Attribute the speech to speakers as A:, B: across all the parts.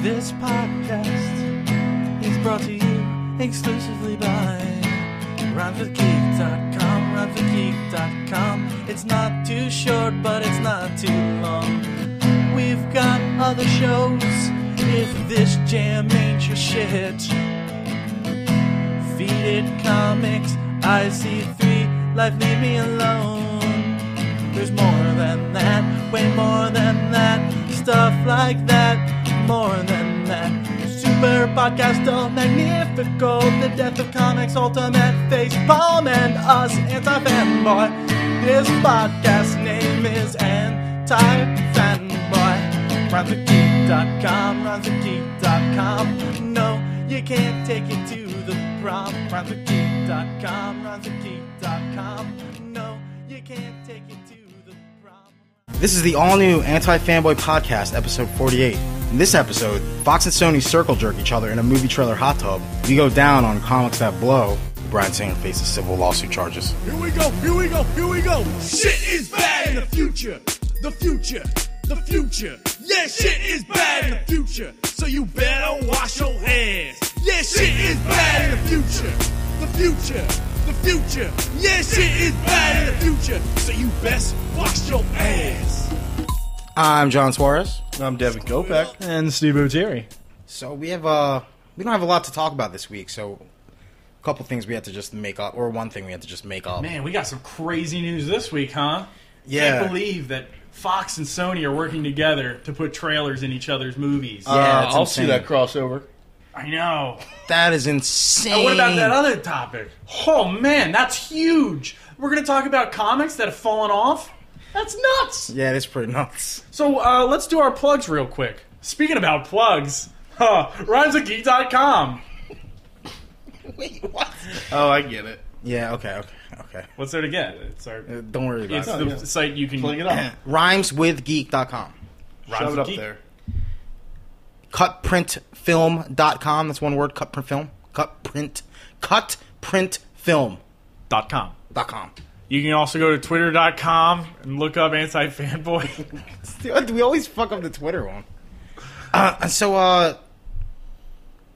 A: This podcast is brought to you exclusively by RhymeWithGeek.com, RhymeWithGeek.com. It's not too short, but it's not too long. We've got other shows. If this jam ain't your shit, feed it comics. I see three. Life, leave me alone. There's more than that, way more than that, stuff like that, more than that. Super podcasto magnifico, the death of comics, ultimate face palm, and us anti fanboy. This podcast name is anti fanboy. RhymeTheGeek.com, RhymeTheGeek.com. No, you can't take it to the prom. RhymeTheGeek.com, RhymeTheGeek.com. No, you can't take it to the prom.
B: This is the all new Anti Fanboy Podcast, episode 48. In this episode, Fox and Sony circle jerk each other in a movie trailer hot tub. We go down on comics that blow. Brian Singer faces civil lawsuit charges.
C: Here we go, here we go, here we go. Shit is bad in the future. The future, the future. Yeah, shit is bad in the future. So you better wash your hands. Yeah, shit is bad in the future. The future, the future. Yeah, shit is bad in the future. So you best wash your ass.
B: I'm John Suarez.
D: I'm Devin Kopeck.
E: And Steve O'Terry.
B: So we have uh we don't have a lot to talk about this week, so a couple things we had to just make up or one thing we had to just make up.
E: Man, we got some crazy news this week, huh?
B: Yeah.
E: Can't believe that Fox and Sony are working together to put trailers in each other's
D: Uh,
E: movies.
B: Yeah, Uh, it's
D: I'll
B: insane.
D: see that crossover.
E: I know.
B: That is insane.
E: And Oh, what about that other topic? Oh man, that's huge. We're gonna talk about comics that have fallen off. That's nuts.
B: Yeah, it is pretty nuts.
E: So uh, let's do our plugs real quick. Speaking about plugs, huh, rhymesofgeek.com.
D: Oh, I get it.
B: Yeah, okay, okay, okay.
E: What's there to get? It's our
B: Uh, Don't worry about
E: it's
B: it.
E: the site you can
D: Oh, Plug it up.
B: Rhymeswithgeek.com.
D: Shove it up
E: Rhymesofgeek.
D: there.
B: Cutprintfilm.com. That's one word, cutprintfilm. Cutprint. Cutprintfilm.
E: dot com.
B: dot com.
E: You can also go to twitter.com and look up anti fanboy.
B: Dude, we always fuck up the Twitter one. Uh, and so, uh,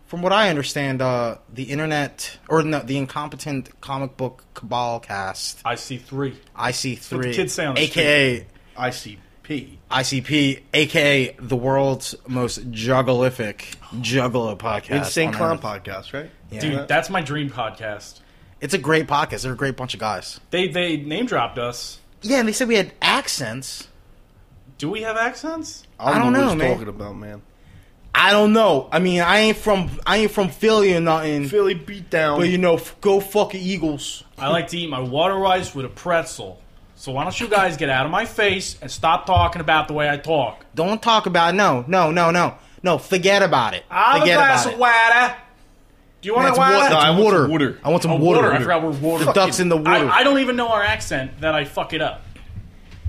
B: from what I understand, uh, the internet or no, the incompetent comic book cabal cast
E: I see three.
B: IC
E: what
B: three,
E: the kids say on the
B: aka
D: ICP.
B: ICP, aka the world's most juggleific juggler podcast,
D: Insane
B: on
D: Clown
B: Earth.
D: Podcast, right?
B: Yeah.
E: Dude, that's my dream podcast.
B: it's a great podcast. They're a great bunch of guys.
E: They they name dropped us.
B: Yeah, and they said we had accents.
E: Do we have accents?
B: I don't know,
D: what he's
B: man.
D: talking about, man.
B: I don't know. I mean, I ain't from I ain't from Philly or nothing.
D: Philly beat down.
B: But you know, f- go fucking Eagles.
E: I like to eat my water rice with a pretzel. So why don't you guys get out of my face and stop talking about the way I talk?
B: Don't talk about it. no, no, no, no, no. Forget about it.
E: i have a
B: forget
E: glass
B: about
E: of water. Do you want
B: That's
E: a
B: wa-
E: water?
B: no, I want
D: water.
B: some water. I want some
E: Oh,
B: water.
E: I forgot we're water.
B: The ducks in the water.
E: I, I don't even know our accent that I fuck it up.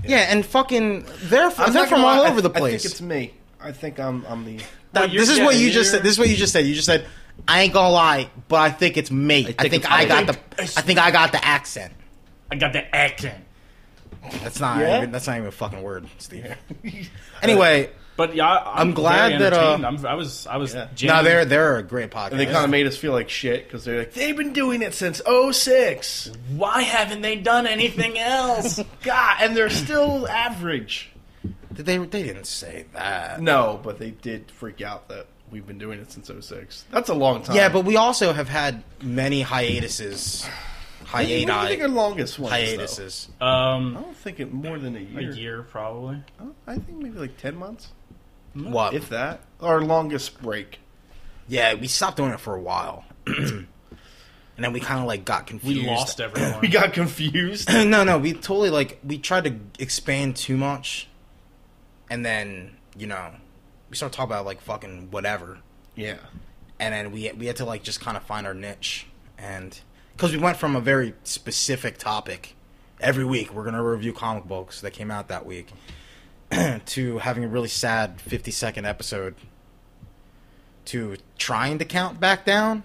B: yeah, and fucking they're from,
D: I'm
B: they're
D: not
B: from
D: gonna
B: all
D: lie, I-
B: over the
D: I think
B: place.
D: it's me. I think I'm, I'm the.
B: That-
E: Well, you're
B: this is what
E: getting
B: you just
E: here.
B: said. This is what you just said. You just said I ain't gonna lie, but I think it's me. I think I,
D: it's
B: got
E: me.
B: the I think I got the accent.
E: I got the accent.
B: That's not
D: Yeah?
B: even, that's not even a fucking word, Steve. anyway,
E: But yeah, I, I'm,
B: I'm glad
E: very
B: that, uh,
E: entertained. I'm, I was I was
D: Yeah.
B: now
E: jamming.
B: they're they're a great podcast.
D: And they kind of made us feel like shit because they're like, they've been doing it since 06.
E: Why haven't they done anything else?
D: God, and they're still average.
B: Did they they didn't say that.
D: No, but they did freak out that we've been doing it since 06. That's a long time.
B: Yeah, but we also have had many hiatuses.
D: What do you think our
B: Hiati.
D: longest one is, though?
B: Hiatuses.
E: um,
D: I don't think it more than a
E: a
D: year.
E: year probably.
D: I don't- I think maybe like 10 months,
B: What?
D: if that. Our longest break.
B: yeah, we stopped doing it for a while. and then we kind of like got
E: We
B: confused.
E: lost everyone.
D: We got confused.
B: no, no, we totally like we tried to expand too much. And then, you know, we started talking about like fucking whatever.
D: yeah.
B: And then we we had to like just kind of find our niche and cuz we went from a very specific topic every week we're going to review comic books that came out that week to having a really sad 50 second episode to trying to count back down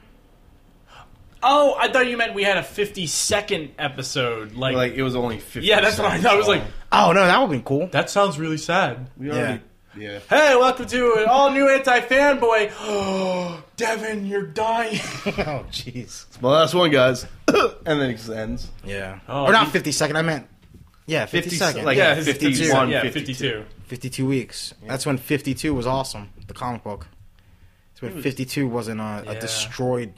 E: oh, I thought you meant we had a 52nd episode. Like,
D: Like, it was only 50.
E: yeah, that's what I thought. I was like,
B: Oh no, that would be cool.
E: that sounds really sad.
D: we
B: yeah.
D: already. Yeah.
E: Hey, welcome to an all new anti fanboy. Oh, Devin, you're dying.
B: oh, jeez.
D: It's my last one, guys. and then it just ends.
B: Yeah.
E: Oh,
B: or not
E: he-
B: 52nd. I meant. Yeah,
D: 50
B: 52nd.
D: like- Yeah, his 51,
E: Yeah,
D: 52.
E: 52.
B: 52 weeks. That's when 52 was awesome, the comic book. That's when 52 wasn't a, a
E: Yeah.
B: destroyed,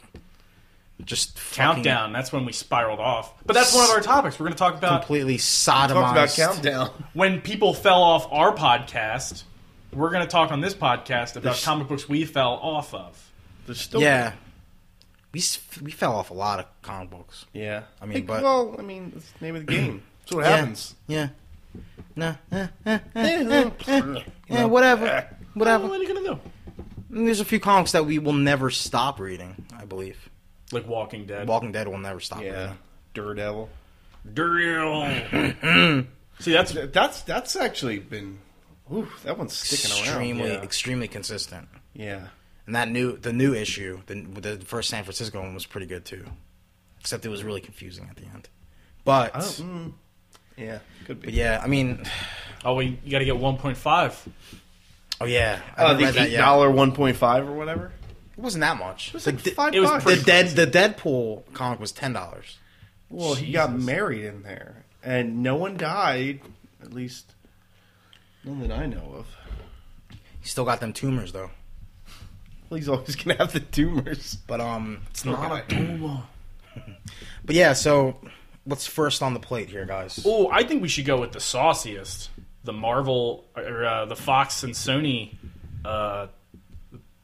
B: just fucking
E: Countdown. That's when we spiraled off. But that's one of our topics. We're going to talk about
B: completely
D: Talked about
B: sodomized.
D: countdown.
E: when people fell off our podcast. We're going to talk on this podcast about
B: There's-
E: comic books we fell off of.
D: There's still
B: Yeah. We, s- we fell off a lot of comic books.
D: Yeah. I
B: mean, but-
D: well, I mean, it's the name of the game. That's what
B: Yeah.
D: happens.
B: Yeah. No. Eh,
D: yeah.
B: eh, whatever. Whatever.
E: What are you going to do?
B: And there's a few comics that we will never stop reading, I believe.
E: Like Walking Dead.
B: Walking Dead will never stop reading.
D: Daredevil.
E: Drill. See, that's
D: That's that's actually been. Ooh, that one's sticking around.
B: Extremely,
E: yeah.
B: extremely consistent.
D: Yeah.
B: And that new, the new issue, the, the first San Francisco one was pretty good too, except it was really confusing at the end. But,
D: Oh, mm, yeah. Could be.
B: but yeah, I mean,
E: oh, we you got to get 1.5.
B: oh yeah, I
D: Uh,
B: haven't
D: the
B: read that
D: eight
B: yet.
D: dollar one point five or whatever.
B: It wasn't that much.
D: It was
B: the,
D: like
B: de-
D: five
E: it was
D: bucks.
B: the
E: pretty-
B: dead, the Deadpool comic was ten dollars.
D: well, he got
E: Jesus.
D: married in there, and no one died. At least, none that I know of.
B: He still got them tumors though.
D: Well, he's always gonna have the tumors.
B: But um, it's not.
D: Okay.
B: But yeah, so what's first on the plate here, guys?
E: Oh, I think we should go with the sauciest, the Marvel or uh, the Fox and Sony uh,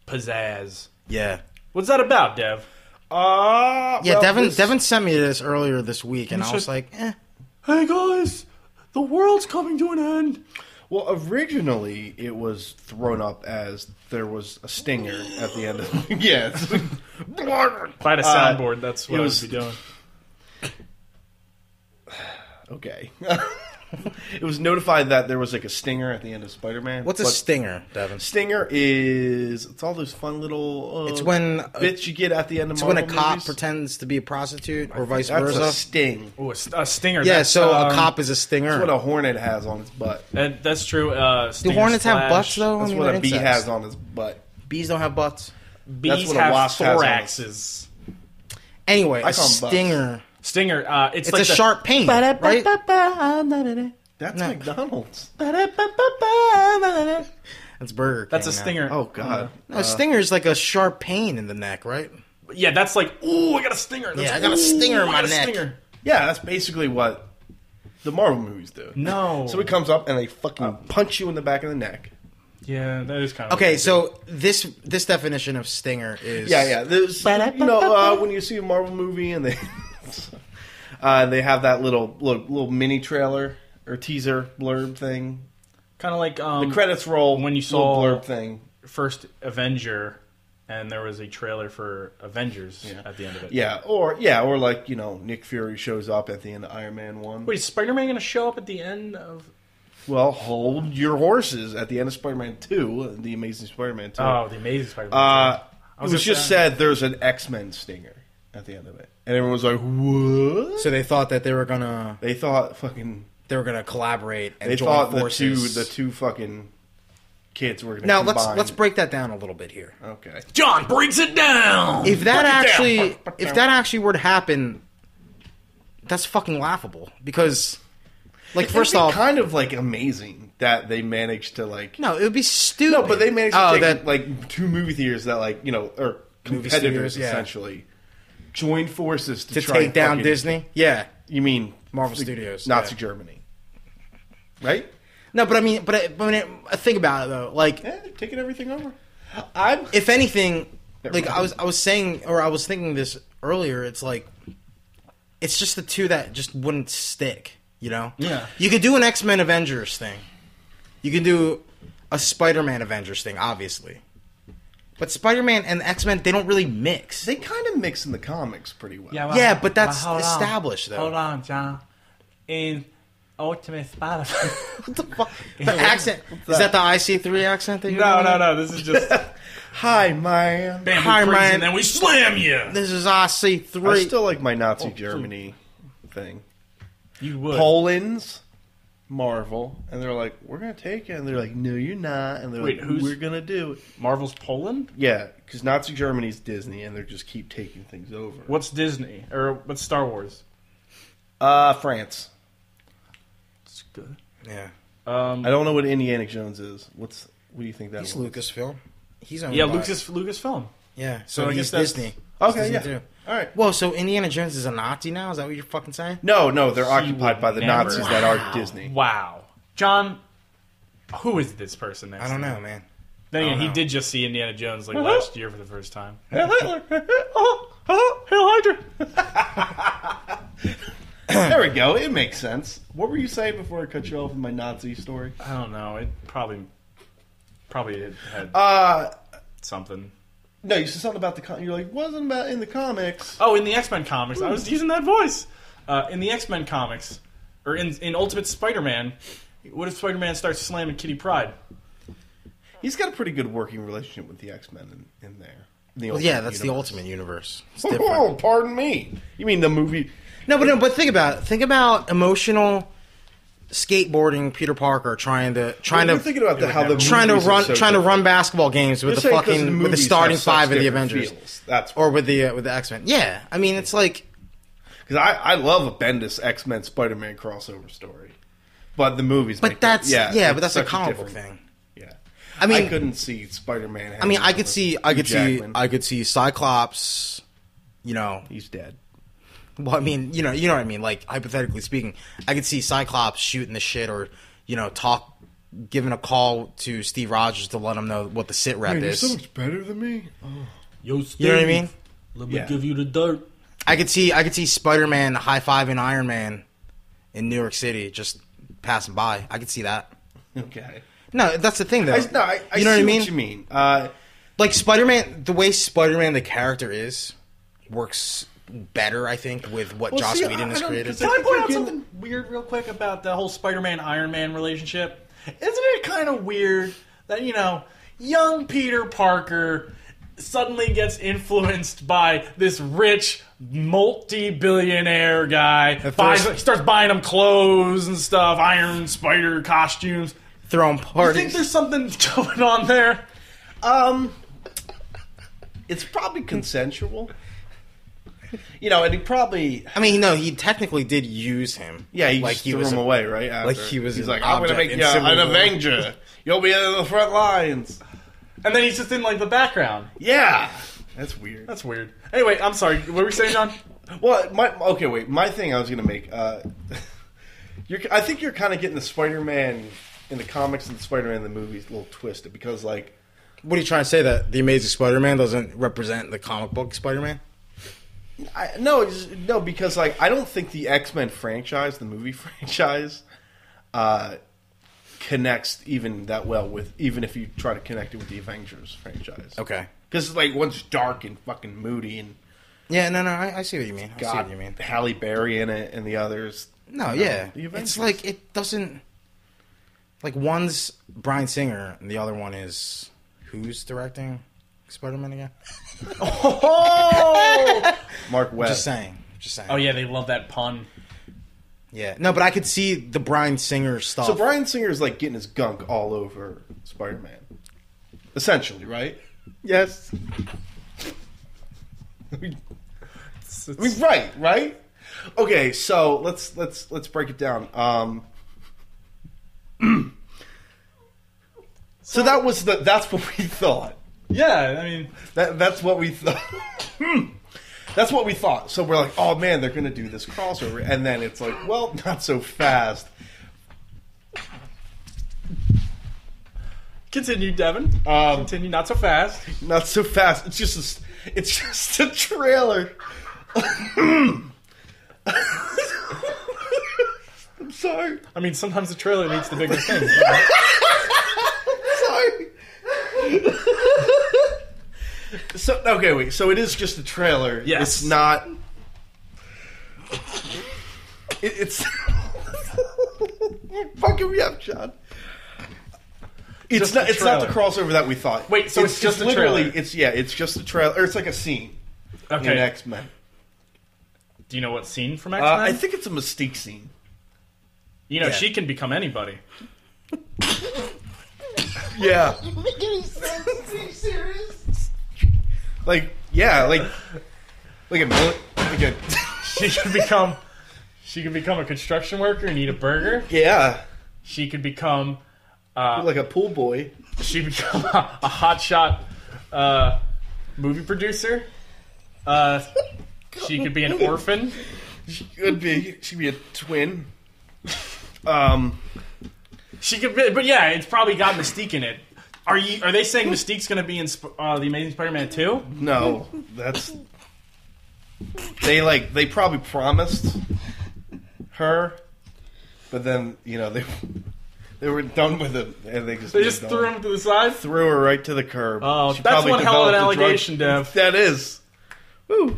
E: pizzazz.
B: Yeah,
E: What's that about, Dev?
D: Ah,
B: yeah.
D: well,
B: Devin,
D: this-
B: Devin sent me this earlier this week, and I was
E: said-
B: like, eh.
E: Hey guys, the world's coming to an end.
D: Well, originally it was thrown up as there was a stinger at the end of. yeah. it's-
E: If I had a
D: Uh,
E: soundboard, that's what
D: it
E: I
D: was-
E: would be doing.
D: okay. it was notified that there was like a stinger at the end of Spider Man.
B: What's a stinger, Devin?
D: Stinger is it's all those fun little. Uh,
B: It's when a-
D: bits you get at the end of
B: It's when a
D: Marvel
B: cop
D: movies.
B: pretends to be a prostitute or vice
D: That's
B: versa.
D: a sting.
E: Oh, a, st- a stinger.
B: Yeah,
E: that's,
B: so
E: um,
B: a cop is a stinger.
D: That's what a hornet has on its butt.
E: that- that's true. Uh,
B: Do
E: stinger
B: hornets have
E: slash-
B: butts though?
D: That's
B: I mean,
D: what
B: they're
D: a bee
B: insects.
D: has on its butt.
B: Bees don't have butts.
E: Bees
D: That's what a
E: have
D: wasp has on us.
E: thoraxes.
B: Anyway,
D: I
B: a
D: call 'em butts.
B: stinger.
E: Stinger. Uh, it's
B: It's
E: like
B: a
E: the-
B: sharp pain, right?
D: That's
B: No.
D: McDonald's.
B: That's Uh. Burger King.
E: That's a
B: now.
E: stinger.
D: Oh God.
B: No, a stinger is like a sharp pain in the neck, right?
E: Yeah, that's like, ooh, I got a stinger. That's,
B: Yeah, I got a
E: "Ooh,
B: stinger in
E: I
B: my
E: got a
B: neck."
E: stinger.
D: Yeah, that's basically what the Marvel movies do.
E: No. Oh.
D: So it comes up and they fucking punch you in the back of the neck.
E: Yeah, that is kind of
B: Okay, so this this definition of stinger is
D: Yeah, yeah. There's, you know, uh, when you see a Marvel movie and they uh, they have that little, little little mini trailer or teaser blurb thing,
E: kind of like um,
D: the credits roll
E: when you
D: little
E: saw-
D: blurb thing.
E: first Avenger, and there was a trailer for Avengers at the end of it.
D: Yeah, or yeah, or like you know, Nick Fury shows up at the end of Iron Man one.
E: Wait, is Spider Man going to show up at the end of?
D: Well, hold your horses at the end of Spider Man two, the Amazing Spider Man two.
E: Oh, the Amazing Spider Man.
D: Uh, it
E: was
D: was
E: just
D: just said there's an X Men stinger at the end of it, and everyone's like, "What?"
B: So they thought that they were gonna
D: They thought fucking
B: they were gonna collaborate and
D: they
B: join
D: thought the two
B: forces.
D: the two fucking kids were gonna
B: now
D: combine.
B: let's let's break that down a little bit here.
D: okay
E: John breaks it down.
B: if that
D: Break it down.
B: actually
D: Break it
B: if
D: down.
B: that actually were to happen that's fucking laughable because like first
D: It'd be
B: off
D: kind of like amazing that they managed to like
B: no it would be stupid
D: no but they managed to
B: oh
D: take
B: that
D: like two movie theaters that like you know or
B: Movie
D: competitors
B: studios, yeah.
D: essentially joined forces to,
B: to
D: try
B: take
D: and
B: down
D: fucking-
B: disney yeah
D: you mean
B: Marvel
D: the-
B: Studios,
D: Nazi
B: yeah.
D: Germany right
B: no but i mean but, I, but when it, think about it though like
D: yeah they're taking everything over I'm
B: if anything
D: Never
B: like
D: mind.
B: i was i was saying or i was thinking this earlier it's like it's just the two that just wouldn't stick you know
E: Yeah.
B: you could do an x-men avengers thing you can do a spider-man avengers thing obviously but spider-man and x-men they don't really mix
D: they kind of mix in the comics pretty well
E: well,
B: Yeah, but that's
E: hold on.
B: established, though.
E: Hold on, John. In Ultimate Spider Man.
B: the fuck? The accent is that the IC3 accent that you
E: no, no, no. This is just
D: hi man
E: bam,
B: Hi,
E: we praise
B: man.
E: and then we slam you.
B: This is IC3. Oh,
D: I still like my Nazi Germany thing
E: You would.
D: Poland's Marvel, and they're like, "We're gonna take it," and they're like, "No, you're not," and they're
E: Wait,
D: like,
E: who's-
D: "We're gonna do it."
E: Marvel's Poland.
D: Yeah, because Nazi Germany's Disney, and they just keep taking things over.
E: What's Disney or what's Star Wars?
D: Uh, France.
E: It's good.
B: Yeah.
E: Um,
D: I don't know what Indiana Jones is. What's what do you think that
B: He's
D: was?
B: Lucasfilm. He's on
E: yeah, Lucas Lucasfilm.
B: Yeah, so,
E: I
B: he's
E: guess that's-
B: Disney.
D: Okay,
B: Disney
D: yeah.
B: too.
D: All right.
B: Whoa, so Indiana Jones is a Nazi now? Is that what you're fucking saying?
D: No, no, they're
E: would
D: occupied by the
E: never-
D: Nazis that are Disney.
E: Wow, John, who is this person next?
B: I don't
E: to you?
B: know, man.
E: Then
B: I
E: again,
B: don't
E: he
B: know.
E: did just see Indiana Jones like last year for the first time. Hail Hitler! Oh, oh, Hail Hydra!
D: There we go. It makes sense. What were you saying before I cut you off with my Nazi story?
E: I don't know. It probably probably had, had
D: Uh,
E: something.
D: no, you said something about the. Con- you're like, wasn't about in the comics.
E: Oh, in the X Men comics, I was using that voice. Uh, in the X Men comics, or in in Ultimate Spider Man, what if Spider Man starts slamming Kitty Pride?
D: He's got a pretty good working relationship with the X Men in, in there. In the
B: Well, yeah, that's the Ultimate Universe. It's different.
D: Oh, pardon me. You mean the movie?
B: No, but no, but think about it. Think about emotional skateboarding Peter Parker trying to trying
D: We're
B: to
D: thinking about the, how the
B: trying to
D: movies are
B: run
D: so
B: trying to
D: different.
B: run basketball games with
D: You're
B: the
D: saying 'cause
B: fucking with the
D: movies
B: starting
D: have such
B: five of the
D: different
B: Avengers
D: feels. That's
B: or with the uh, with the X Men. Yeah, I mean it's like
D: because I, I love a Bendis X Men Spider Man crossover story, but the movies.
B: but
D: make that-
B: that's yeah,
D: it's
B: but that's a
D: such
B: comic book
D: different-
B: thing.
D: Yeah,
B: I mean-
D: I couldn't see Spider Man.
B: I mean, I could see I could see I could see Cyclops. You know,
D: He's dead.
B: well, I mean, you know, you know what I mean. Like hypothetically speaking, I could see Cyclops shooting the shit, or you know, talk, giving a call to Steve Rogers to let him know what the sit rep is.
D: much better than me.
E: Yo, Steve,
B: you know what I mean?
E: Let
D: me Yeah. give
E: you the dirt.
B: I could see I could see Spider Man high fiving Iron Man in New York City, just passing by. I could see that.
D: Okay.
B: No, that's the thing though.
D: I, no, I, I
B: you know
D: see
B: what I mean?
D: you mean? Uh,
B: Like Spider Man, the way Spider Man the character is works better, I think, with what
D: Well,
B: Joss
D: see,
B: Whedon
D: I-
B: has
D: I don't-
B: created.
D: 'cause I-
E: Can I point out
D: Freaking-
E: something weird real quick about the whole Spider-Man Iron Man relationship? Isn't it kind of weird that you know young Peter Parker suddenly gets influenced by this rich multi-billionaire guy? Buys,
B: first-
E: he starts buying him clothes and stuff, Iron Spider costumes.
B: Throwing
E: I think
B: parties.
E: there's something going on there.
D: um, it's probably consensual. You know, and he probably
B: I mean, no, he technically did use him.
D: yeah, he
B: like
D: just threw him
B: a-
D: away, right? After.
B: like he was
D: he's
B: an
D: like, I'm gonna
B: object
D: make
B: in
D: you
B: Civil
D: an
B: War."
D: Avenger. You'll be in the front lines.
E: And then he's just in like the background.
D: Yeah, that's weird.
E: That's weird. Anyway, I'm sorry. What were we saying, John?
D: Well, my okay, wait. My thing I was gonna make. Uh, you're, I think you're kind of getting the Spider-Man in the comics and the Spider-Man in the movies a little twisted because, like,
B: What are you trying to say that the Amazing Spider Man doesn't represent the comic book Spider Man?
D: I, no, it's- no, because like I don't think the X-Men franchise, the movie franchise, uh, connects even that well with even if you try to connect it with the Avengers franchise.
B: Okay.
D: because like one's dark and fucking moody and
B: Yeah, no, no, I, I see what you mean. I see
D: got
B: what you mean.
D: Halle Berry in it, and the others.
B: No,
D: you know,
B: yeah,
D: the
B: it's
D: Avengers.
B: like it doesn't. Like one's Brian Singer, and the other one is who's directing Spider Man again?
D: Mark Webb.
B: Just saying, just saying.
E: Oh yeah, they love that pun.
B: yeah. No, but I could see the Brian Singer stuff.
D: So Brian Singer's like getting his gunk all over Spider-Man, essentially, right? Yes. I mean, right, right. Okay, so let's let's let's break it down. Um, so that was the that's what we thought.
E: Yeah, I mean,
D: That that's what we thought. Hmm. that's what we thought. So we're like, oh man, they're gonna do this crossover, and then it's like, well, not so fast.
E: Continue, Devin.
D: Um,
E: Continue, not so fast.
D: Not so fast. It's just a, it's just a trailer. I'm sorry.
E: I mean, sometimes the trailer needs the bigger thing.
D: Sorry. so okay, wait. So it is just a trailer.
E: Yes.
D: It's not. It, it's. You're fucking me up, John. It's
E: Just
D: not.
E: a
D: It's not the
E: trailer.
D: crossover that we thought.
E: Wait, so it's just a
D: literally.
E: trailer.
D: It's yeah. It's just a trailer. Or it's like a scene
E: Okay.
D: in X Men.
E: Do you know what scene from X
D: Uh,
E: Men?
D: I think it's a Mystique scene.
E: You know,
B: Yeah.
E: she can become anybody.
D: Yeah.
F: Make any sense? Are you serious?
D: Like yeah, like like a mil- like a
E: She can become she can become a construction worker and eat a burger.
D: yeah,
E: She could become
D: like a pool boy.
E: she become a, a hotshot uh, movie producer. Uh, she could be an orphan.
D: Could be she'd be a twin. Um,
E: She could, be, but yeah, it's probably got Mystique in it. Are you? Are they saying Mystique's going to be in Sp- uh, the Amazing Spider-Man two?
D: no, that's they like they probably promised her, but then you know they they were done with it and they just
E: They just
D: moved
E: threw
D: on.
E: him to the side.
D: threw her right to the curb.
E: Oh,
D: She
E: that's
D: probably
E: one hell of an
D: developed a drug-
E: allegation, Dev.
D: That is. Woo.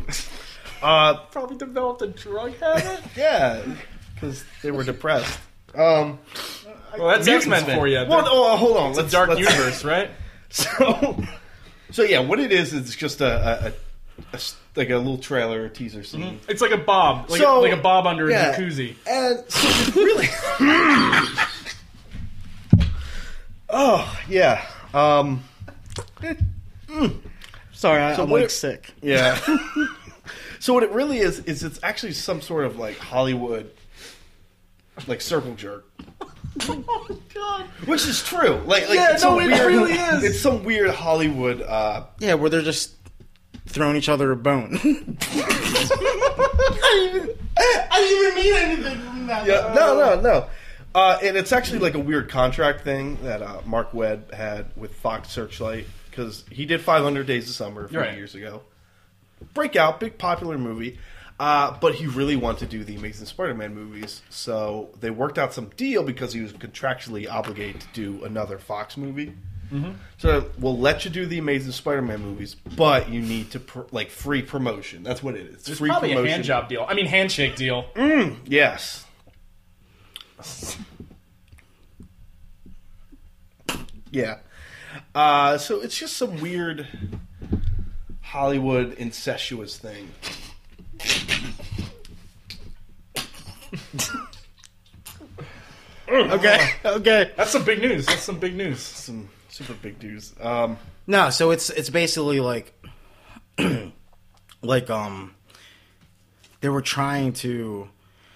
D: Uh,
E: Probably developed a drug habit.
D: yeah, because they were depressed. Um,
E: well, that's X Men for you.
D: Well, oh, hold on.
E: It's a dark
D: let's-
E: universe, right?
D: So, so yeah, what it is is just a, a, a- a s- like a little trailer or teaser scene.
E: It's like a bob, Mm-hmm. like,
D: So-
E: a, like a bob under
D: yeah.
E: a jacuzzi.
D: And so it really. oh yeah. Um. mm.
A: Sorry, I, I'm
D: what
A: like
D: if-
A: sick.
D: Yeah. so what it really is is it's actually some sort of like Hollywood, like circle jerk. Which is true. Like, like
E: Oh, Yeah,
D: it's some
E: no, it
D: weird-
E: really is.
D: It's some weird Hollywood. Uh,
B: Yeah, where they're just throwing each other a bone.
F: I didn't even mean anything from that.
D: yeah, no, no, no. Uh, and it's actually like a weird contract thing that uh, Mark Webb had with Fox Searchlight because he did 500 Days of Summer a few
E: Right.
D: years ago. Breakout, big popular movie. Uh, but he really wanted to do the Amazing Spider-Man movies, so they worked out some deal because he was contractually obligated to do another Fox movie.
E: Mm-hmm.
D: So we'll let you do the Amazing Spider-Man movies, but you need to pr- like free promotion. That's what it is. free
E: Probably a
D: promotion.
E: hand job deal. I mean, handshake deal.
D: Yes. yeah. Uh, so it's just some weird Hollywood incestuous thing.
B: okay, okay.
E: That's some big news. That's some big news.
D: Some super big dudes. Um,
B: No, so it's it's basically like like um they were trying to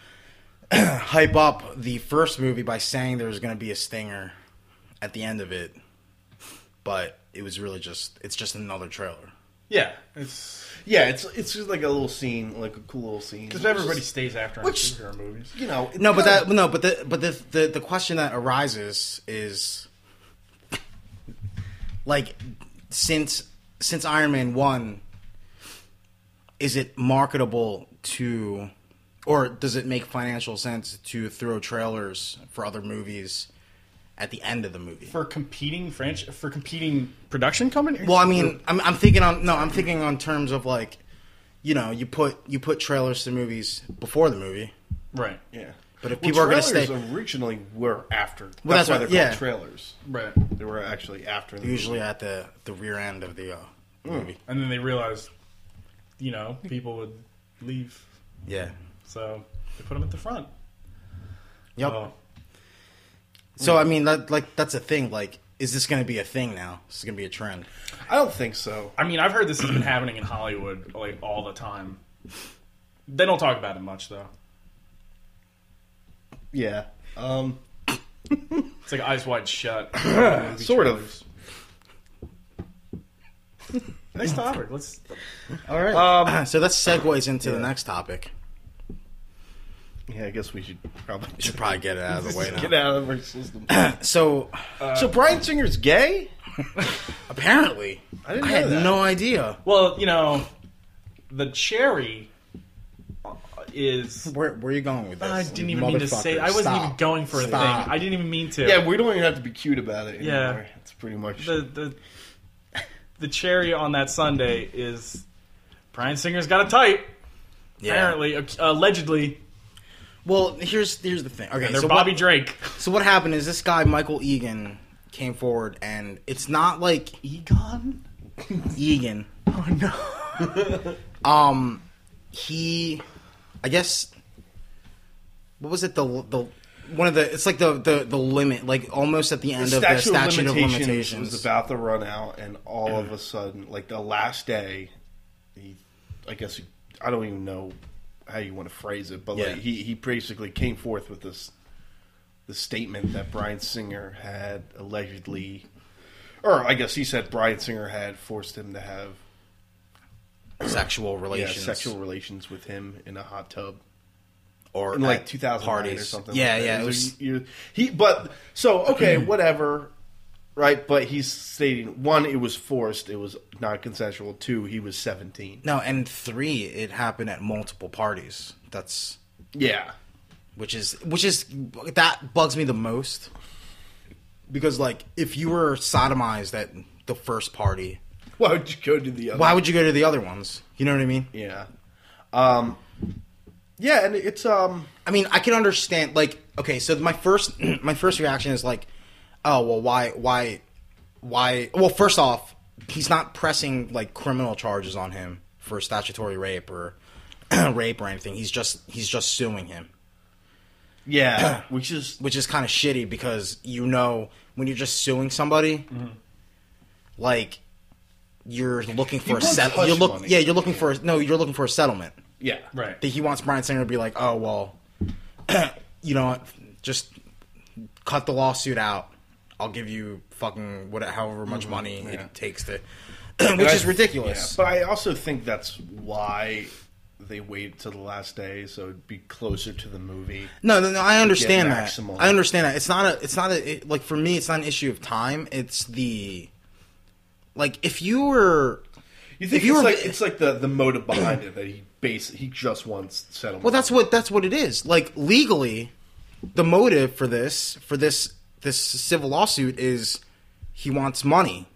B: hype up the first movie by saying there was going to be a stinger at the end of it. But it was really just it's just another trailer.
E: Yeah, it's
D: yeah, it's it's just like a little scene, like a cool little scene.
E: because everybody stays after on
D: Which-
E: superhero movies.
D: you know, it's
B: No, but
D: not-
B: that no, but the but the the, the question that arises is like since since Iron Man 1 is it marketable to or does it make financial sense to throw trailers for other movies at the end of the movie?
E: For competing French, for competing production companies.
B: Well, I mean, I'm, I'm thinking on no, I'm thinking on terms of like, you know, you put you put trailers to movies before the movie,
E: right,
D: yeah.
B: but if
D: Well,
B: people are going to
D: trailers
B: stay,
D: originally were after.
B: Well, that's
D: that's, why
B: what-
D: they're
B: yeah.
D: called trailers.
E: right,
D: They were actually after. The
B: usually at the the rear end of the uh, movie.
E: and then they realized, you know, people would leave,
B: Yeah.
E: so they put them at the front.
B: Yep.
E: Oh,
B: So I mean, that, like that's a thing. Like, is this going to be a thing now? Is this going to be a trend?
D: I don't think so.
E: I mean, I've heard this has been happening in Hollywood like all the time. They don't talk about it much though.
D: Yeah. Um.
E: It's like eyes wide shut.
D: Sort of.
E: Next topic. Let's.
B: All right. Um, so that segues into the next topic.
D: Yeah, I guess we should probably
B: Should probably get it out of the way
D: get
B: now.
D: out of our system.
B: So
E: Uh,
D: so Brian Singer's gay?
B: apparently,
D: I didn't
B: I
D: know
B: had
D: that.
B: no idea.
E: Well, you know, the cherry is.
B: Where, where are you going with this?
E: I didn't even mean to say. I wasn't even going for a
B: Stop.
E: thing. I didn't even mean to.
D: Yeah, we don't even have to be cute about it.
E: Yeah.
D: Anymore. it's pretty much.
E: the the the cherry on that Sunday is Brian Singer's got a type.
B: Yeah.
E: Apparently, ac- allegedly,
B: Well, here's here's the thing. Okay,
E: they're
B: so
E: Bobby
B: what,
E: Drake.
B: so what happened is this guy Michael Egan came forward, and it's not like
E: Egon.
B: Egan.
E: Oh no.
B: Um, he, I guess, what was it? The the one of the it's like the the, the limit, like almost at the end
D: the
B: of
D: statute,
B: the statute
D: of, limitations was
B: limitations.
D: about to run out, and all of a sudden, like the last day, he, I guess, he, I don't even know how you want to phrase it, but
B: Yeah.
D: like he, he basically came forth with this, the statement that Brian Singer had allegedly, or I guess he said Brian Singer had forced him to have
B: sexual
D: yeah,
B: relations,
D: sexual relations with him in a hot tub.
B: or
D: in like
B: at
D: 2000
B: parties
D: or something.
B: Yeah,
D: like that.
B: yeah.
D: It
B: It
D: was,
B: was,
D: like you- he, but so okay, whatever, right? But he's stating one, it was forced, it was non-consensual. Two, he was seventeen.
B: no, and three, it happened at multiple parties. That's
D: Yeah,
B: which is which is that bugs me the most because like if you were sodomized at the first party,
D: why would you go to the other?
B: why would you go to the other ones? You know what I mean?
D: Yeah, um, yeah, and it's um,
B: I mean, I can understand. Like, okay, so my first my first reaction is like, oh well, why why why? Well, first off, he's not pressing like criminal charges on him for statutory rape or rape or anything. He's just he's just suing him,
D: yeah, which is
B: which is kind of shitty because you know when you're just suing somebody, like you're looking for a
D: want
B: settle.
D: hush
B: You look
D: money.
B: yeah, you're looking for a, no, you're looking for a settlement.
D: yeah,
E: Right.
B: that he wants Brian Singer to be like, oh well, you know, what, just cut the lawsuit out. I'll give you fucking whatever, however much money it takes to, which is
D: I-
B: ridiculous.
D: But I also think that's why they waited till the last day, so it'd be closer to the movie.
B: No, no, no. I understand that.
D: maximal.
B: I understand that. It's not a. It's not a. it- like for me, it's not an issue of time. It's the, like, if you were,
D: You think
B: If you
D: it's
B: were-
D: like it's like the the motive behind it that he base he just wants settlement.
B: well, that's what that's what it is. Like legally, the motive for this for this this civil lawsuit is he wants money.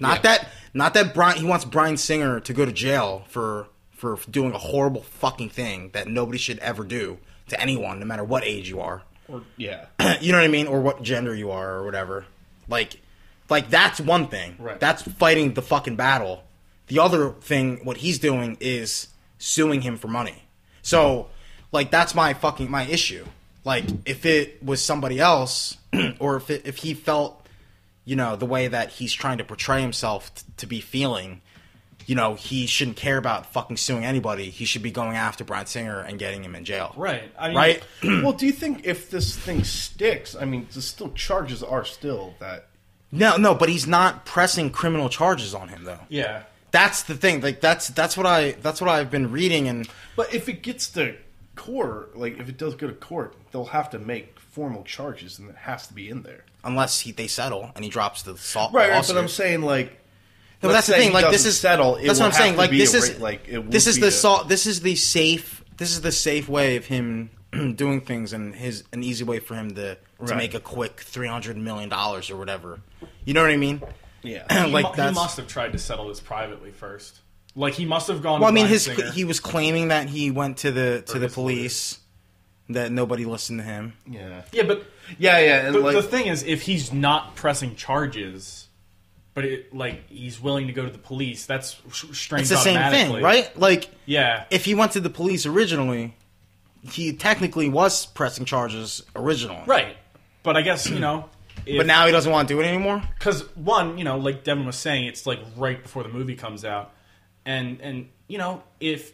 B: Not that not that Brian he wants Brian Singer to go to jail for for doing a horrible fucking thing that nobody should ever do to anyone no matter what age you are.
D: Or- yeah.
B: you know what I mean or what gender you are or whatever. Like like that's one thing.
E: Right.
B: That's fighting the fucking battle. The other thing what he's doing is suing him for money. So like that's my fucking my issue. Like if it was somebody else or if it, if he felt you know the way that he's trying to portray himself t- to be feeling you know he shouldn't care about fucking suing anybody he should be going after brian singer and getting him in jail
E: Right. I mean,
B: right
D: well, do you think if this thing sticks, I mean, the still charges are still that.
B: no no but he's not pressing criminal charges on him though
E: Yeah.
B: that's the thing like that's that's what i that's what i've been reading and
D: But if it gets to court, like if it does go to court, they'll have to make formal charges, and it has to be in there.
B: unless he, they settle and he drops the salt
D: Right, right. But I'm saying like.
B: No, but that's
D: let's
B: the
D: say
B: thing.
D: he
B: Like this
D: doesn't
B: is
D: settle. It
B: That's what I'm
D: will have
B: saying.
D: to
B: Like
D: be
B: this
D: a
B: is
D: ra- like it
B: this
D: would
B: is
D: be
B: the
D: a-
B: salt. This is the safe. This is the safe way of him doing things and his an easy way for him to to
D: Right.
B: make a quick three hundred million dollars or whatever. You know what I mean?
D: Yeah.
E: He,
B: like
E: mu- he
B: that's.
E: must have tried to settle this privately first. Like he must have gone.
B: well, I
E: to
B: mean,
E: Brian
B: his
E: Singer.
B: he was claiming that he went to the to the
E: his lawyer.
B: police, that nobody listened to him.
D: Yeah.
E: Yeah, but
D: Yeah. Yeah. And
E: the,
D: like
E: the thing is, if he's not pressing charges, but it, like he's willing to go to the police, that's sh- strange.
B: It's the same thing, right? Like
E: Yeah.
B: if he went to the police originally, he technically was pressing charges originally,
E: right. But I guess you know. If,
B: But now he doesn't want to do it anymore.
E: because one, you know, like Devin was saying, it's like right before the movie comes out, and and you know, if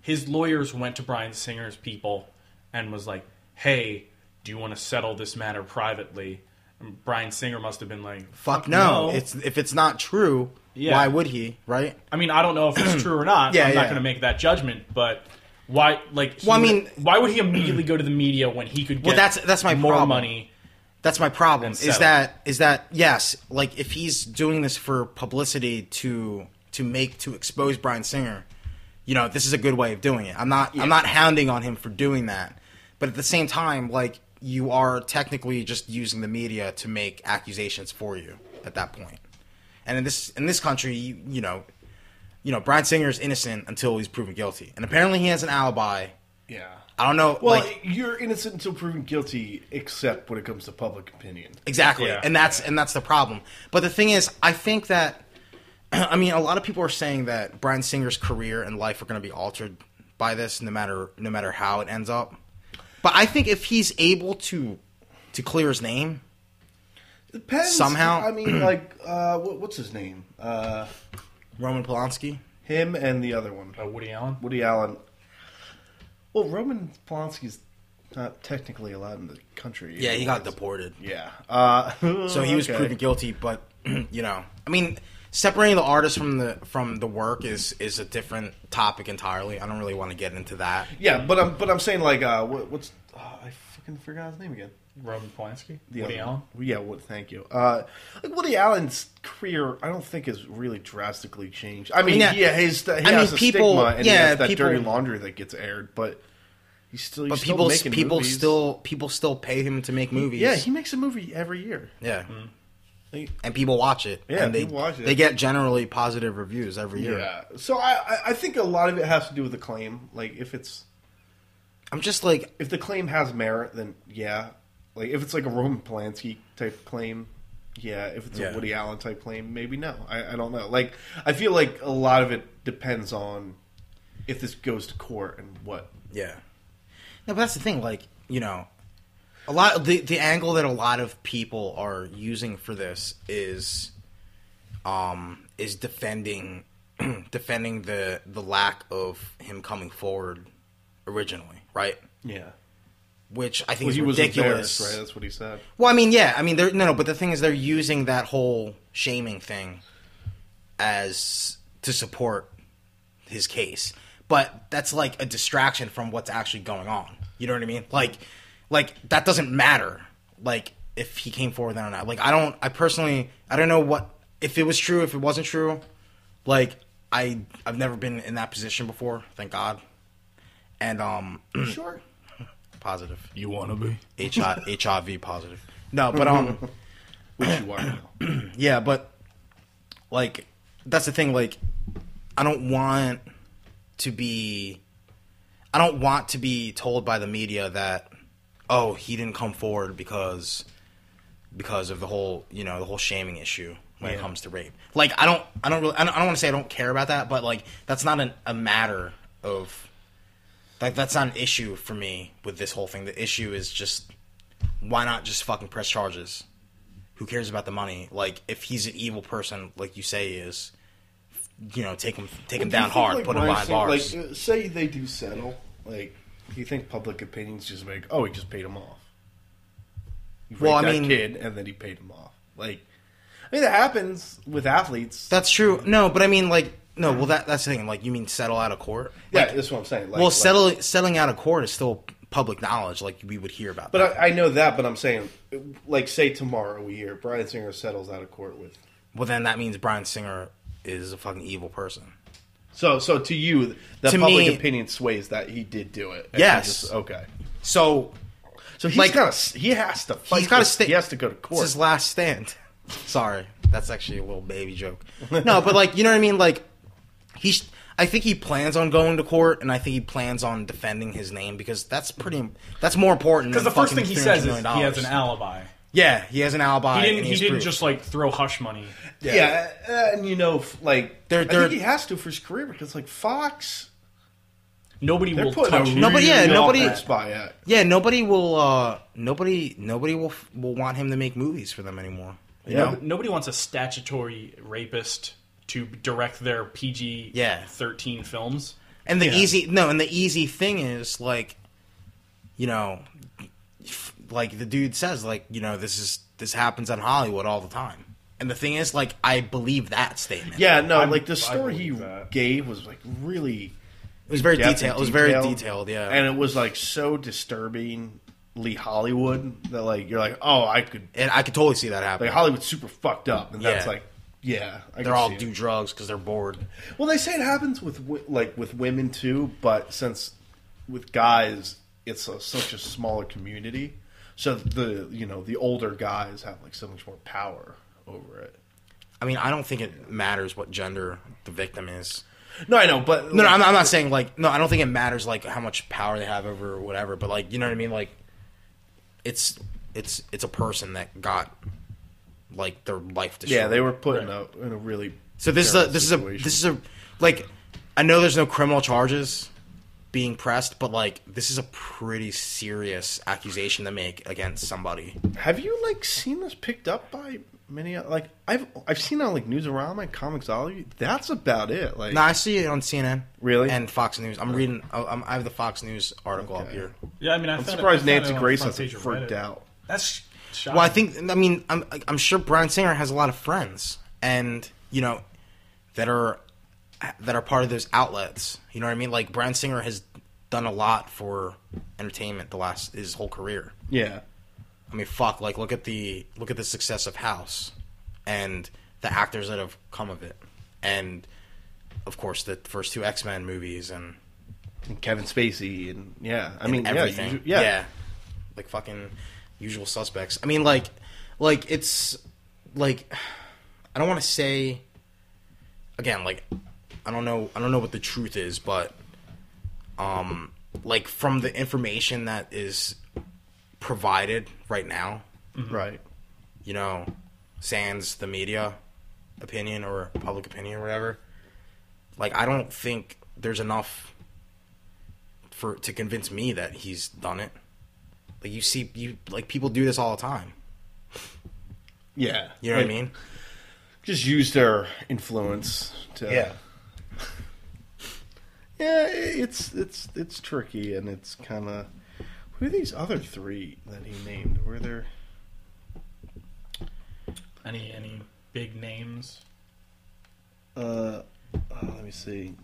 E: his lawyers went to Brian Singer's people and was like, "Hey, do you want to settle this matter privately?" And Brian Singer must have been like,
B: Fuck no. It's if it's not true,
E: Yeah.
B: why would he, right?
E: I mean, I don't know if it's true or not.
B: Yeah,
E: I'm not
B: yeah.
E: going to make that judgment, but why? Like, he
B: Well, I
E: would-
B: mean-
E: why would he immediately go to the media when he could get
B: Well, that's- that's my
E: more
B: problem.
E: money?
B: That's my problem. Is
E: settle.
B: that is that yes, like if he's doing this for publicity to to make to expose Brian Singer, you know, this is a good way of doing it. I'm not I'm not hounding on him for doing that. But at the same time, like you are technically just using the media to make accusations for you at that point. And in this in this country, you, you know, you know, Brian Singer is innocent until he's proven guilty. And apparently he has an alibi.
D: yeah.
B: I don't know
D: Well,
B: like,
D: you're innocent until proven guilty, except when it comes to public opinion.
B: Exactly,
E: Yeah.
B: and that's and that's the problem. But the thing is, I think that I mean, a lot of people are saying that Brian Singer's career and life are going to be altered by this, no matter no matter how it ends up. But I think if he's able to to clear his name,
D: Depends.
B: Somehow-
D: I mean, like, uh, what, what's his name? Uh,
B: Roman Polanski,
D: him and the other one,
E: Uh, Woody Allen.
D: Woody Allen. Well, Roman Polanski's not technically allowed in the country.
B: yeah, he got deported,
D: Yeah. Uh,
B: so he was
D: okay.
B: proven guilty. But you know, I mean, separating the artist from the from the work is is a different topic entirely. I don't really want to get into that.
D: Yeah, but I'm but I'm saying like, uh, what, what's uh, I fucking forgot his name again.
E: Roman Polanski.
D: The
E: Woody
D: other-
E: Allen.
D: Yeah, what, thank you. Uh, like Woody Allen's career, I don't think has really drastically changed. I mean,
B: mean, yeah.
D: yeah, his he
B: mean,
D: has a
B: people-
D: stigma and he
B: yeah,
D: has that
B: people-
D: dirty laundry that gets aired, but he's still. He's
B: But
D: still
B: people
D: making
B: people
D: movies.
B: still people still pay him to make movies.
D: Yeah, he makes a movie every year.
B: yeah.
D: Mm-hmm. Like,
B: And people watch it.
D: Yeah,
B: and they
D: people watch it.
B: They get generally positive reviews every year.
D: yeah. So I I- I think a lot of it has to do with the claim. Like if it's
B: I'm just like
D: if the claim has merit, then yeah. Like if it's like a Roman Polanski type claim, yeah. If it's
B: Yeah.
D: a Woody Allen type claim, maybe no. I, I don't know. Like I feel like a lot of it depends on if this goes to court and what.
B: Yeah. No, but that's the thing. Like you know, a lot the the angle that a lot of people are using for this is, um, is defending defending the the lack of him coming forward originally, right?
D: Yeah.
B: Which I think
D: Well,
B: is
D: he was
B: ridiculous.
D: embarrassed, right? That's what he said.
B: Well, I mean, yeah, I mean, they're no, no, but the thing is, they're using that whole shaming thing as to support his case, but that's like a distraction from what's actually going on. You know what I mean? Like, like that doesn't matter. Like, if he came forward then or not. Like, I don't. I personally, I don't know what if it was true, if it wasn't true. Like, I, I've never been in that position before. Thank God. And um,
D: Sure.
B: positive.
E: You want to be?
B: HIV, HIV positive. No, but um,
D: Which you are now.
B: yeah, but like that's the thing. Like, I don't want to be, I don't want to be told by the media that, oh, he didn't come forward because, because of the whole, you know, the whole shaming issue when it comes to rape. Like, I don't, I don't really, I don't, I don't want to say I don't care about that, but like that's not an, a matter of. Like that's not an issue for me with this whole thing. The issue is just why not just fucking press charges? who cares about the money? Like if he's an evil person, like you say he is, you know, take him take him down hard, put him behind bars.
D: Like, uh, say they do settle. Like, do you think public opinion's just like, oh, he just paid him off? He
B: Well,
D: raped
B: I
D: that
B: mean-
D: kid, and then he paid him off. Like, I mean, that happens with athletes.
B: that's true. No, but I mean, like, no. Well, that that's the thing. Like, you mean settle out of court?
D: yeah,
B: Like,
D: that's what I'm saying. Like,
B: well,
D: like-
B: settle settling out of court is still public knowledge. Like we would hear about.
D: But
B: that.
D: I, I know that. But I'm saying, like, say tomorrow we hear Brian Singer settles out of court with.
B: well, then that means Brian Singer is a fucking evil person.
D: So, so to you, the
B: To
D: public
B: me-
D: opinion sways that he did do it. and he
B: Yes.
D: just- okay.
B: So
D: So he's
B: Like-
D: got to. He has to. Fight
B: he's got to
D: this.
B: stay.
D: He has to go to court.
B: It's his last stand. Sorry, that's actually a little baby joke. No, but like you know what I mean. Like he, sh- I think he plans on going to court, and I think he plans on defending his name because that's pretty. That's more important.
E: Because the
B: than
E: first
B: fucking
E: thing he
B: $300
E: says is
B: million
E: he has an alibi.
B: Yeah, he has an alibi. and
E: He didn't. He
B: he's
E: didn't
B: proof.
E: just like throw hush money.
D: Yeah, uh, and you know, f- like
B: They're-
D: I
B: they're-
D: think he has to for his career because like Fox,
E: Nobody
D: they're
E: will
D: putting
E: touch.
D: a
E: him.
B: No, but yeah,
D: real
B: nobody-
D: offense by it.
B: Yeah, nobody will. uh Nobody, nobody will f- will want him to make movies for them anymore. You
D: Yeah,
B: know?
D: but-
E: Nobody wants a statutory rapist to direct their PG
B: Yeah.
E: 13 films.
B: And the easy no, and the easy thing is like, you know, f- like the dude says, like you know, this is this happens on Hollywood all the time. And the thing is, like, I believe that statement.
D: Yeah, no,
E: I'm-
D: like the
E: I
D: story he
E: believe that.
D: gave was like really
B: it was very
D: depth and
B: detailed. It was very detailed. Yeah,
D: and it was like so disturbingly Hollywood that like you're like, oh, I could
B: and I could totally see that happen.
D: like Hollywood's super fucked up, and that's
B: Yeah.
D: like. Yeah, I
B: They're
D: can
B: all
D: see it.
B: do drugs because they're bored.
D: Well, they say it happens with wi- like with women too, but since with guys it's a, such a smaller community, so the you know the older guys have like so much more power over it.
B: I mean, I don't think it matters what gender the victim is.
D: No, I know, but
B: No, no, I'm, I'm not saying like no. I don't think it matters like how much power they have over or whatever. But like, you know what I mean? Like, it's it's it's a person that got like their life destroyed.
D: yeah, they were put in a in a really
B: So this is a
D: terrible
B: this
D: situation.
B: is a this is a like I know there's no criminal charges, being pressed, but like this is a pretty serious accusation to make against somebody.
D: Have you like seen this picked up by many? Like I've I've seen it on like Newsarama and Comicsology. That's about it. Like
B: No, I see it on CNN.
D: Really?
B: And Fox News. I'm reading. I- I'm, I have the Fox News article up
D: Okay.
B: here.
E: Yeah, I mean, I
D: I'm
E: found it-
D: surprised
E: I found it
D: Nancy
E: on the
D: Grace
E: front
D: hasn't
E: page of
D: freaked
E: Reddit.
D: out.
E: That's shocking.
B: Well, I think. I mean, I'm. I'm sure Brian Singer has a lot of friends, and you know, that are that are part of those outlets. You know what I mean? Like Brian Singer has done a lot for entertainment the last his whole career.
D: Yeah,
B: I mean, fuck. Like, look at the look at the success of House, and the actors that have come of it, and of course the first two X Men movies, and
D: and Kevin Spacey and yeah. I mean, yeah,
B: everything.
D: you- yeah,
B: Like fucking usual suspects. I mean like like it's like I don't want to say again like I don't know I don't know what the truth is but um like from the information that is provided right now,
D: right.
B: you know, sans the media opinion or public opinion or whatever. Like I don't think there's enough for to convince me that he's done it. Like you see you like people do this all the time.
D: Yeah,
B: You know
D: Like,
B: what I mean?
D: Just use their influence to yeah. It's it's it's tricky and it's kind of who are these other three that he named? Were there?
E: Any any big names?
D: Uh, oh, let me see.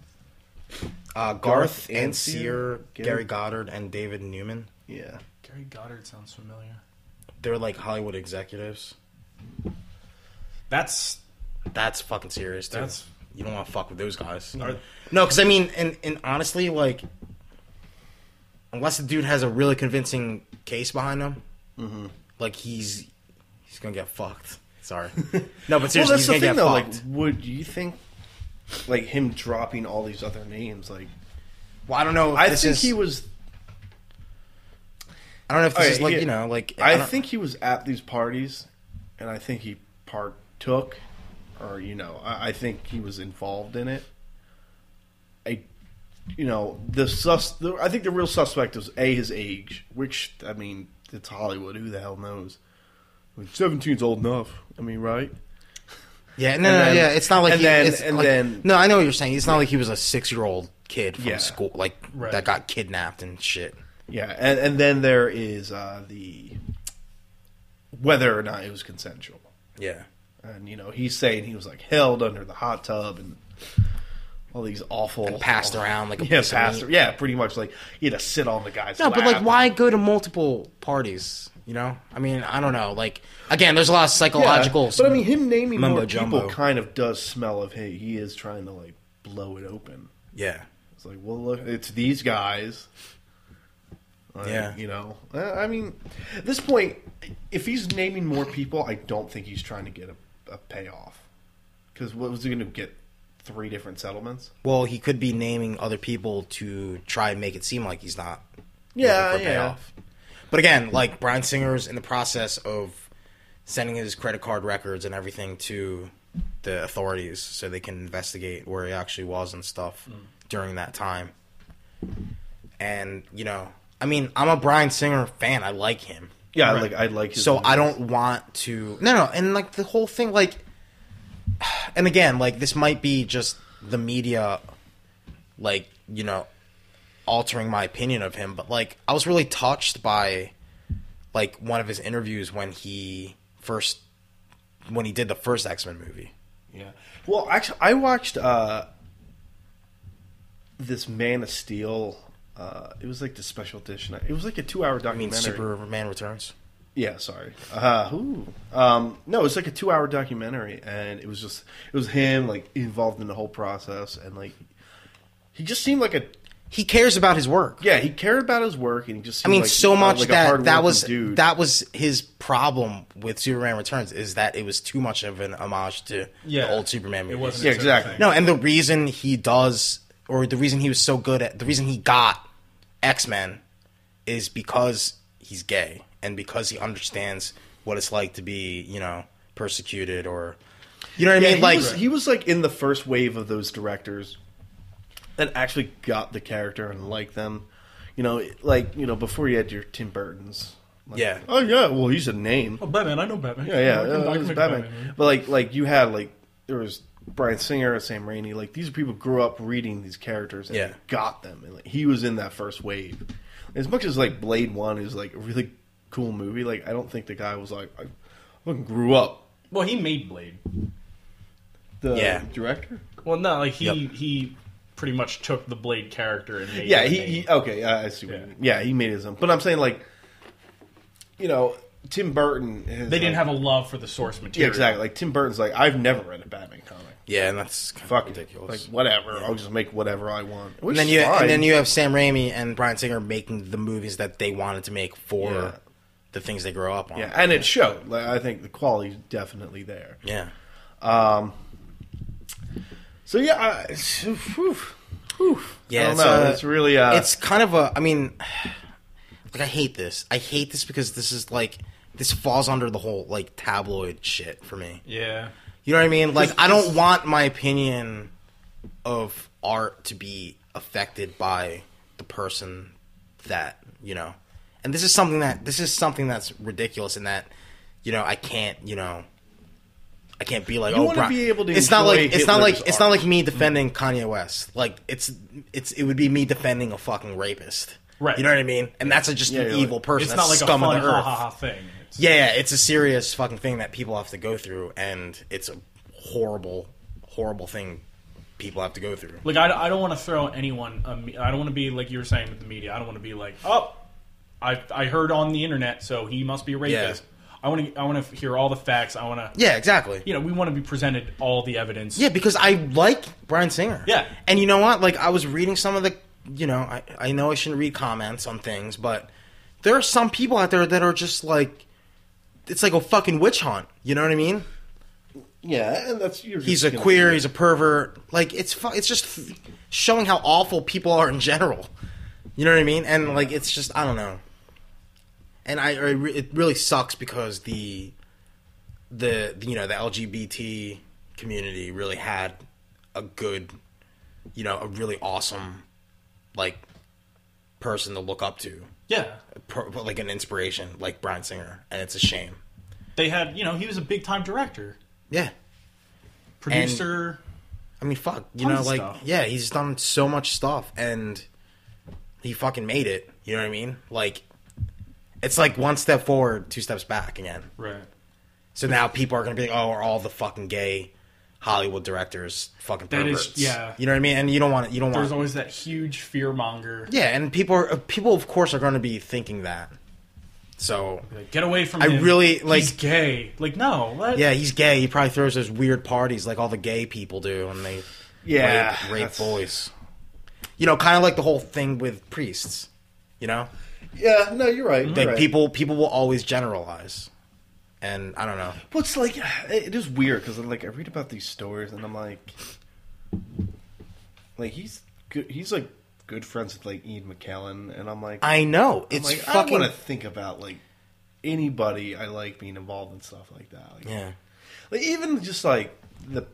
B: Uh, Garth
D: Garth
B: and
D: Ancier,
B: Sear,
D: Gary-
B: Gary Goddard and David Newman.
D: Yeah,
E: Gary Goddard sounds familiar.
B: They're like Hollywood executives.
E: That's
B: That's fucking serious, dude.
E: That's-
B: You don't want to fuck with those guys.
E: Are-
B: No, because I mean, and and honestly, like, unless the dude has a really convincing case behind him,
D: Mm-hmm.
B: like he's he's gonna get fucked. Sorry. No, but seriously,
D: well, that's
B: he's
D: the
B: gonna
D: thing
B: get
D: though.
B: fucked.
D: Like, would you think, like him dropping all these other names? Like,
B: well, I don't know. If
D: I
B: this
D: think
B: is,
D: he was.
B: I don't know if this
D: Alright,
B: is like
D: yeah.
B: you know, like
D: I,
B: don't-
D: think he was at these parties, and I think he partook, or you know, I, I think he was involved in it. I, you know, the sus. The, I think the real suspect was a his age, which I mean, it's Hollywood. Who the hell knows? I mean, Seventeen's old enough. I mean, right?
B: Yeah, no,
D: And
B: no,
D: then-
B: yeah. It's not like
D: and
B: he,
D: then-
B: it's
D: and
B: like-
D: then-
B: no, I know what you're saying. It's not like he was a six year old kid from
D: Yeah.
B: school, like
E: Right.
B: that got kidnapped and shit.
D: Yeah, and, and then there is uh, the whether or not it was consensual.
B: Yeah,
D: And you know, he's saying he was like held under the hot tub and all these awful
B: And passed around like a
D: yeah,
B: piece of
D: passed,
B: meat.
D: yeah, pretty much like he had to sit on the guy's
B: no, but
D: lap
B: like, why go to multiple parties? You know, I mean, I don't know. Like, again, there's a lot of
D: Yeah,
B: psychological.
D: But I mean, him naming
B: mumbo
D: more
B: jumbo.
D: people kind of does smell of hey, he is trying to like blow it open.
B: yeah,
D: It's like, well, look, it's these guys. Like,
B: Yeah.
D: you know, Uh, I mean, at this point, if he's naming more people, I don't think he's trying to get a, a payoff. Because what was he going to get? Three different settlements.
B: well, he could be naming other people to try and make it seem like he's not.
D: Yeah,
B: looking for
D: yeah.
B: But again, like Brian Singer's in the process of sending his credit card records and everything to the authorities so they can investigate where he actually was and stuff
D: Mm.
B: during that time. And you know, I mean, I'm a Brian Singer fan. I like him.
D: Yeah, I like I like. His
B: So I don't want to. No, no, and like the whole thing, like, and again, like this might be just the media, like you know, altering my opinion of him. But like, I was really touched by, like, one of his interviews when he first, when he did the first X Men movie.
D: Yeah. Well, actually, I watched uh, this Man of Steel. Uh, it was like the special edition. It was like a two-hour
B: I mean,
D: documentary.
B: Superman Returns.
D: Yeah, sorry. Uh, ooh. Um, no, it's like a two-hour documentary, and it was just it was him like involved in the whole process, and like he just seemed like a
B: He cares about his work.
D: yeah he cared about his work, and he just
B: I
D: seemed
B: mean,
D: like,
B: so
D: uh,
B: much
D: like a
B: that that
D: hardworking
B: was
D: dude.
B: that was his problem with Superman Returns is that it was too much of an homage to
E: Yeah.
B: the old Superman movies.
E: It wasn't
D: Yeah,
E: its own
D: exactly.
E: thing.
B: No, and the reason he does, or the reason he was so good at, the reason he got X Men is because he's gay and because he understands what it's like to be, you know, persecuted or, you know what
D: yeah,
B: I mean?
D: he
B: Like,
D: was, he was like in the first wave of those directors that actually got the character and liked them. You know, like you know, before you had your Tim Burton's. Like,
B: Yeah.
D: Oh yeah. Well, he's a name.
E: Oh, Batman, I know Batman.
D: Yeah, yeah,
E: I can-
D: uh,
E: I
D: it
E: can
D: was
E: make
D: Batman.
E: Batman.
D: But like, like you had like there was Brian Singer, Sam Raimi. Like these people grew up reading these characters and
B: Yeah.
D: they got them, and like he was in that first wave. As much as like Blade One is like a really cool movie, like I don't think the guy was like I fucking grew up.
E: Well, he made Blade.
D: The
B: Yeah.
D: director.
E: Well, no, like he
B: Yep.
E: he pretty much took the Blade character and made
D: Yeah,
E: it
D: he,
E: a-
D: he okay. I I see. What
E: Yeah.
D: you mean. Yeah, he made his own. But I'm saying like, you know, Tim Burton. Has,
E: they didn't
D: like-
E: have a love for the source material.
D: yeah, exactly. Like Tim Burton's like I've never read a Batman comic.
B: Yeah, and that's kind
D: Fuck
B: of
D: ridiculous.
B: ridiculous.
D: Like whatever. I'll just make whatever I want. Which
B: and then you
D: is fine.
B: and then you have Sam Raimi and Brian Singer making the movies that they wanted to make for
D: Yeah.
B: the things they grow up on.
D: yeah, and it showed. Like I think the quality's definitely there.
B: Yeah.
D: So yeah, I, whew, whew.
B: Yeah,
D: I don't
B: it's,
D: know.
B: uh,
D: it's really uh,
B: it's kind of a I mean like I hate this. I hate this because this is like this falls under the whole like tabloid shit for me.
E: Yeah.
B: You know what I mean? Like I don't want my opinion of art to be affected by the person that, you know. And this is something that this is something that's ridiculous in that, you know, I can't, you know, I can't be like,
D: You
B: oh,
D: wanna
B: Bri-"
D: be able to
B: It's not like
D: enjoy
B: it's not like
D: Hitler's
B: it's not
D: art.
B: like me defending Kanye West. Like it's it's it would be me defending a fucking rapist.
E: Right.
B: You know what I mean? And that's a, just
D: Yeah,
B: an
D: you're
B: evil
D: like-
B: person.
E: It's
B: that's
E: not like
B: scum
E: a fun
B: of the earth.
E: ha ha ha thing. It's-
B: Yeah, yeah, it's a serious fucking thing that people have to go through, and it's a horrible, horrible thing people have to go through.
E: Like I, I don't want to throw anyone. Um, I don't want to be like you were saying with the media. I don't want to be like, oh, I I heard on the internet, so he must be a rapist. I want to I want to hear all the facts. I want to
B: Yeah, exactly.
E: you know we want to be presented all the evidence.
B: Yeah, because I like Brian Singer.
E: Yeah.
B: and you know what? Like I was reading some of the, you know, I I know I shouldn't read comments on things, but there are some people out there that are just like, it's like a fucking witch hunt. You know what I mean?
D: yeah, and that's you're
B: He's
D: just
B: a
D: gonna-
B: queer. He's a pervert. Like it's fu- it's just showing how awful people are in general. You know what I mean? And like it's just I don't know. And I, I re- it really sucks because the the you know the LGBT community really had a good you know a really awesome like person to look up to
E: yeah.
B: pro- like an inspiration like Brian Singer and it's a shame.
E: They had you know he was a big time director,
B: Yeah.
E: producer.
B: I mean, fuck, you
E: Tons
B: know,
E: of
B: like,
E: stuff.
B: yeah, he's done so much stuff, and he fucking made it. You know what I mean? Like, it's like one step forward, two steps back again.
E: right.
B: So now people are gonna be like, oh, are all the fucking gay Hollywood directors fucking
E: That is-
B: perverts?
E: yeah.
B: You know what I mean? And you don't want it. You don't
E: There's
B: want.
E: always that huge fear monger.
B: yeah, and people are people of course are gonna be thinking that. So
E: Like, get away from
B: I
E: him.
B: really, like-
E: He's gay. Like no. What?
B: yeah, he's gay. He probably throws those weird parties like all the gay people do, and they
D: Yeah,
B: rape, rape
D: that's-
B: boys. You know, kind of like the whole thing with priests. You know,
D: Yeah, no, you're right.
B: like
D: you're right.
B: people people will always generalize, and I don't know.
D: Well, it's like it is weird because like I read about these stories and I'm like, like he's good. He's like good friends with like Ian McKellen, and I'm like,
B: I know
D: I'm
B: it's
D: like, I
B: fucking
D: want to think about like anybody I like being involved in stuff like that. Like,
B: yeah,
D: like even just like the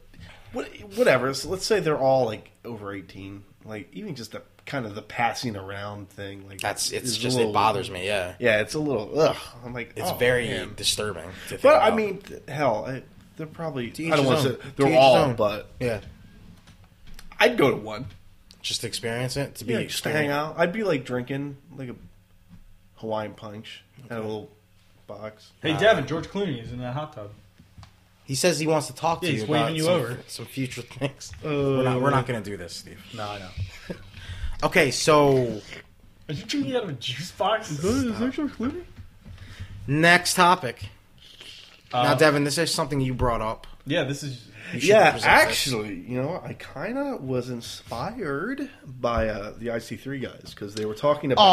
D: what whatever. So let's say they're all like over eighteen. Like even just the kind of the passing around thing. Like
B: that's it's
D: is a
B: just
D: little-
B: it bothers me. Yeah,
D: Yeah, it's a little. Ugh. I'm like,
B: it's
D: oh,
B: very
D: man.
B: disturbing. To think
D: But I
B: about.
D: mean, th- hell, I, they're probably.
B: each
D: I don't
B: his
D: want
B: own.
D: to say
B: To each
D: they're
B: his
D: all,
B: own.
D: but
B: yeah,
D: I'd go to one.
B: just to experience it to be
D: Yeah, just to hang out. I'd be like drinking like a Hawaiian punch at a little box.
E: Hey Devin, George Clooney is in that hot tub.
B: He says he wants to talk to
E: Yeah,
B: you
E: he's
B: about
E: waving you
B: some,
E: over. Uh.
B: some future things. we're not we're not gonna do this, Steve.
E: No, I know.
B: Okay, so
E: Are you drinking out of a juice box?
B: next topic. now,
E: Uh,
B: Devin, this is something you brought up.
E: Yeah, this is.
B: You should
D: Yeah,
B: present this.
D: actually, you know, I kind of was inspired by uh, the IC3 guys because they were talking about.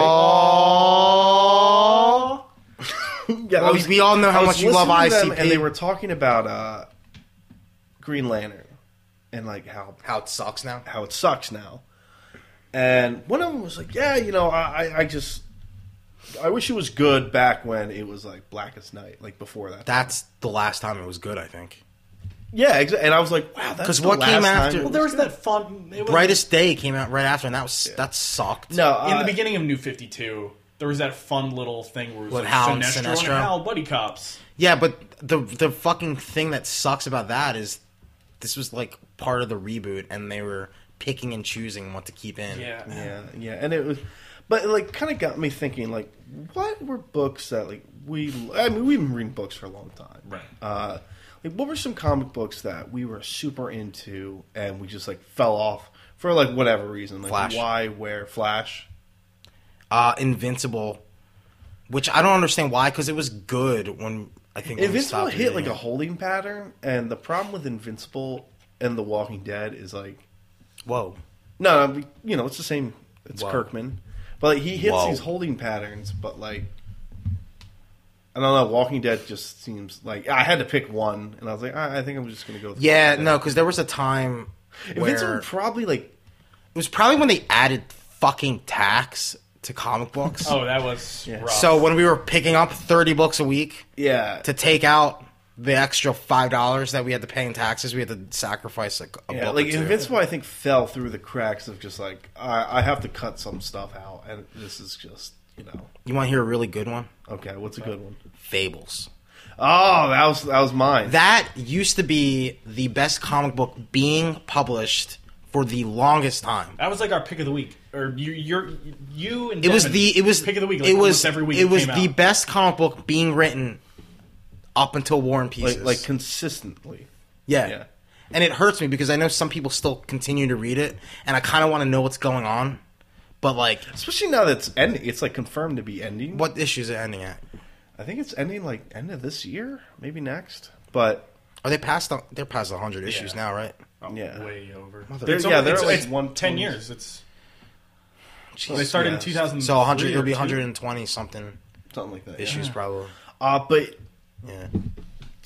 B: Aww.
D: yeah, I
B: Well,
D: was-
B: we all know
D: I
B: how
D: was
B: much you love
D: listening to them,
B: ICP.
D: and they were talking about uh, Green Lantern and like how
B: How it sucks now.
D: how it sucks now. And one of them was like, yeah, you know, I, I- I just, I wish it was good back when it was like Blackest Night, like before that.
B: That's the last time it was good, I think.
D: yeah, exa- and I was like, wow, that's
B: 'Cause
D: the
B: what
D: last
B: came
D: time
B: after-
D: it
E: Well,
D: was-
E: there was that fun. It was,
B: Brightest Day came out right after, and that was that sucked.
D: no,
E: in
D: uh,
E: the beginning of New Fifty Two. There was that fun little thing where it was
B: With
E: like
B: Hal
E: Sinestro,
B: and
E: and
B: Sinestro.
E: Hal buddy cops.
B: Yeah, but the the fucking thing that sucks about that is this was like part of the reboot, and they were picking and choosing what to keep in.
E: Yeah.
D: Yeah, yeah, and it was, but it, like kind of got me thinking like, what were books that like we? I mean, we've been reading books for a long time,
E: Right.
D: Uh, like, what were some comic books that we were super into and we just like fell off for like whatever reason, like
B: Flash.
D: why, where, Flash?
B: Uh, Invincible, which I don't understand why, because it was good when I think when we
D: Invincible
B: stopped
D: hit like
B: reading
D: a
B: it.
D: holding pattern, and the problem with Invincible and The Walking Dead is like,
B: whoa.
D: no, no we- you know, it's the same. It's
B: Wow.
D: Kirkman, but like, he hits
B: Wow.
D: these holding patterns, but like. I don't know. Walking Dead just seems like I had to pick one, and I was like, I, I think I'm just going to go. With
B: Yeah,
D: Walking Dead.
B: no, because there was a time where
D: Invincible probably like
B: it was probably when they added fucking tax to comic books.
E: Oh, that was rough.
B: so when we were picking up thirty books a week,
D: yeah
B: to take out the extra five dollars that we had to pay in taxes, we had to sacrifice like a
D: Yeah,
B: book
D: like
B: or two.
D: Invincible, I think fell through the cracks of just like I, I have to cut some stuff out, and this is just you know
B: You want to hear a really good one?
D: okay. What's a good one?
B: Fables.
D: Oh, that was that was mine.
B: That used to be the best comic book being published for the longest time.
E: that was like our pick of the week, or you, you're, you and
B: It was
E: Devin
B: the it was
E: pick of the week. Like
B: it was
E: almost every week.
B: It was
E: came
B: the
E: out.
B: best comic book being written up until War and Peace.
D: like like consistently.
B: yeah.
D: yeah.
B: And it hurts me because I know some people still continue to read it, and I kind of want to know what's going on. But like,
D: Especially now that it's ending, it's like confirmed to be ending.
B: what issues it ending at?
D: I think it's ending like end of this year, maybe next. But
B: Are they past? The, they're past hundred issues now, right?
D: yeah,
E: Oh, way over.
D: They're-
E: It's
D: yeah,
E: only-
D: they're
E: it's,
D: like
E: it's 10
D: one twenty-
E: years. It's
B: Jeez.
E: they started in
D: yeah.
E: 2000.
B: so hundred. It'll be hundred and twenty something
D: something like that.
B: issues probably.
D: Yeah. Uh, but
B: Yeah.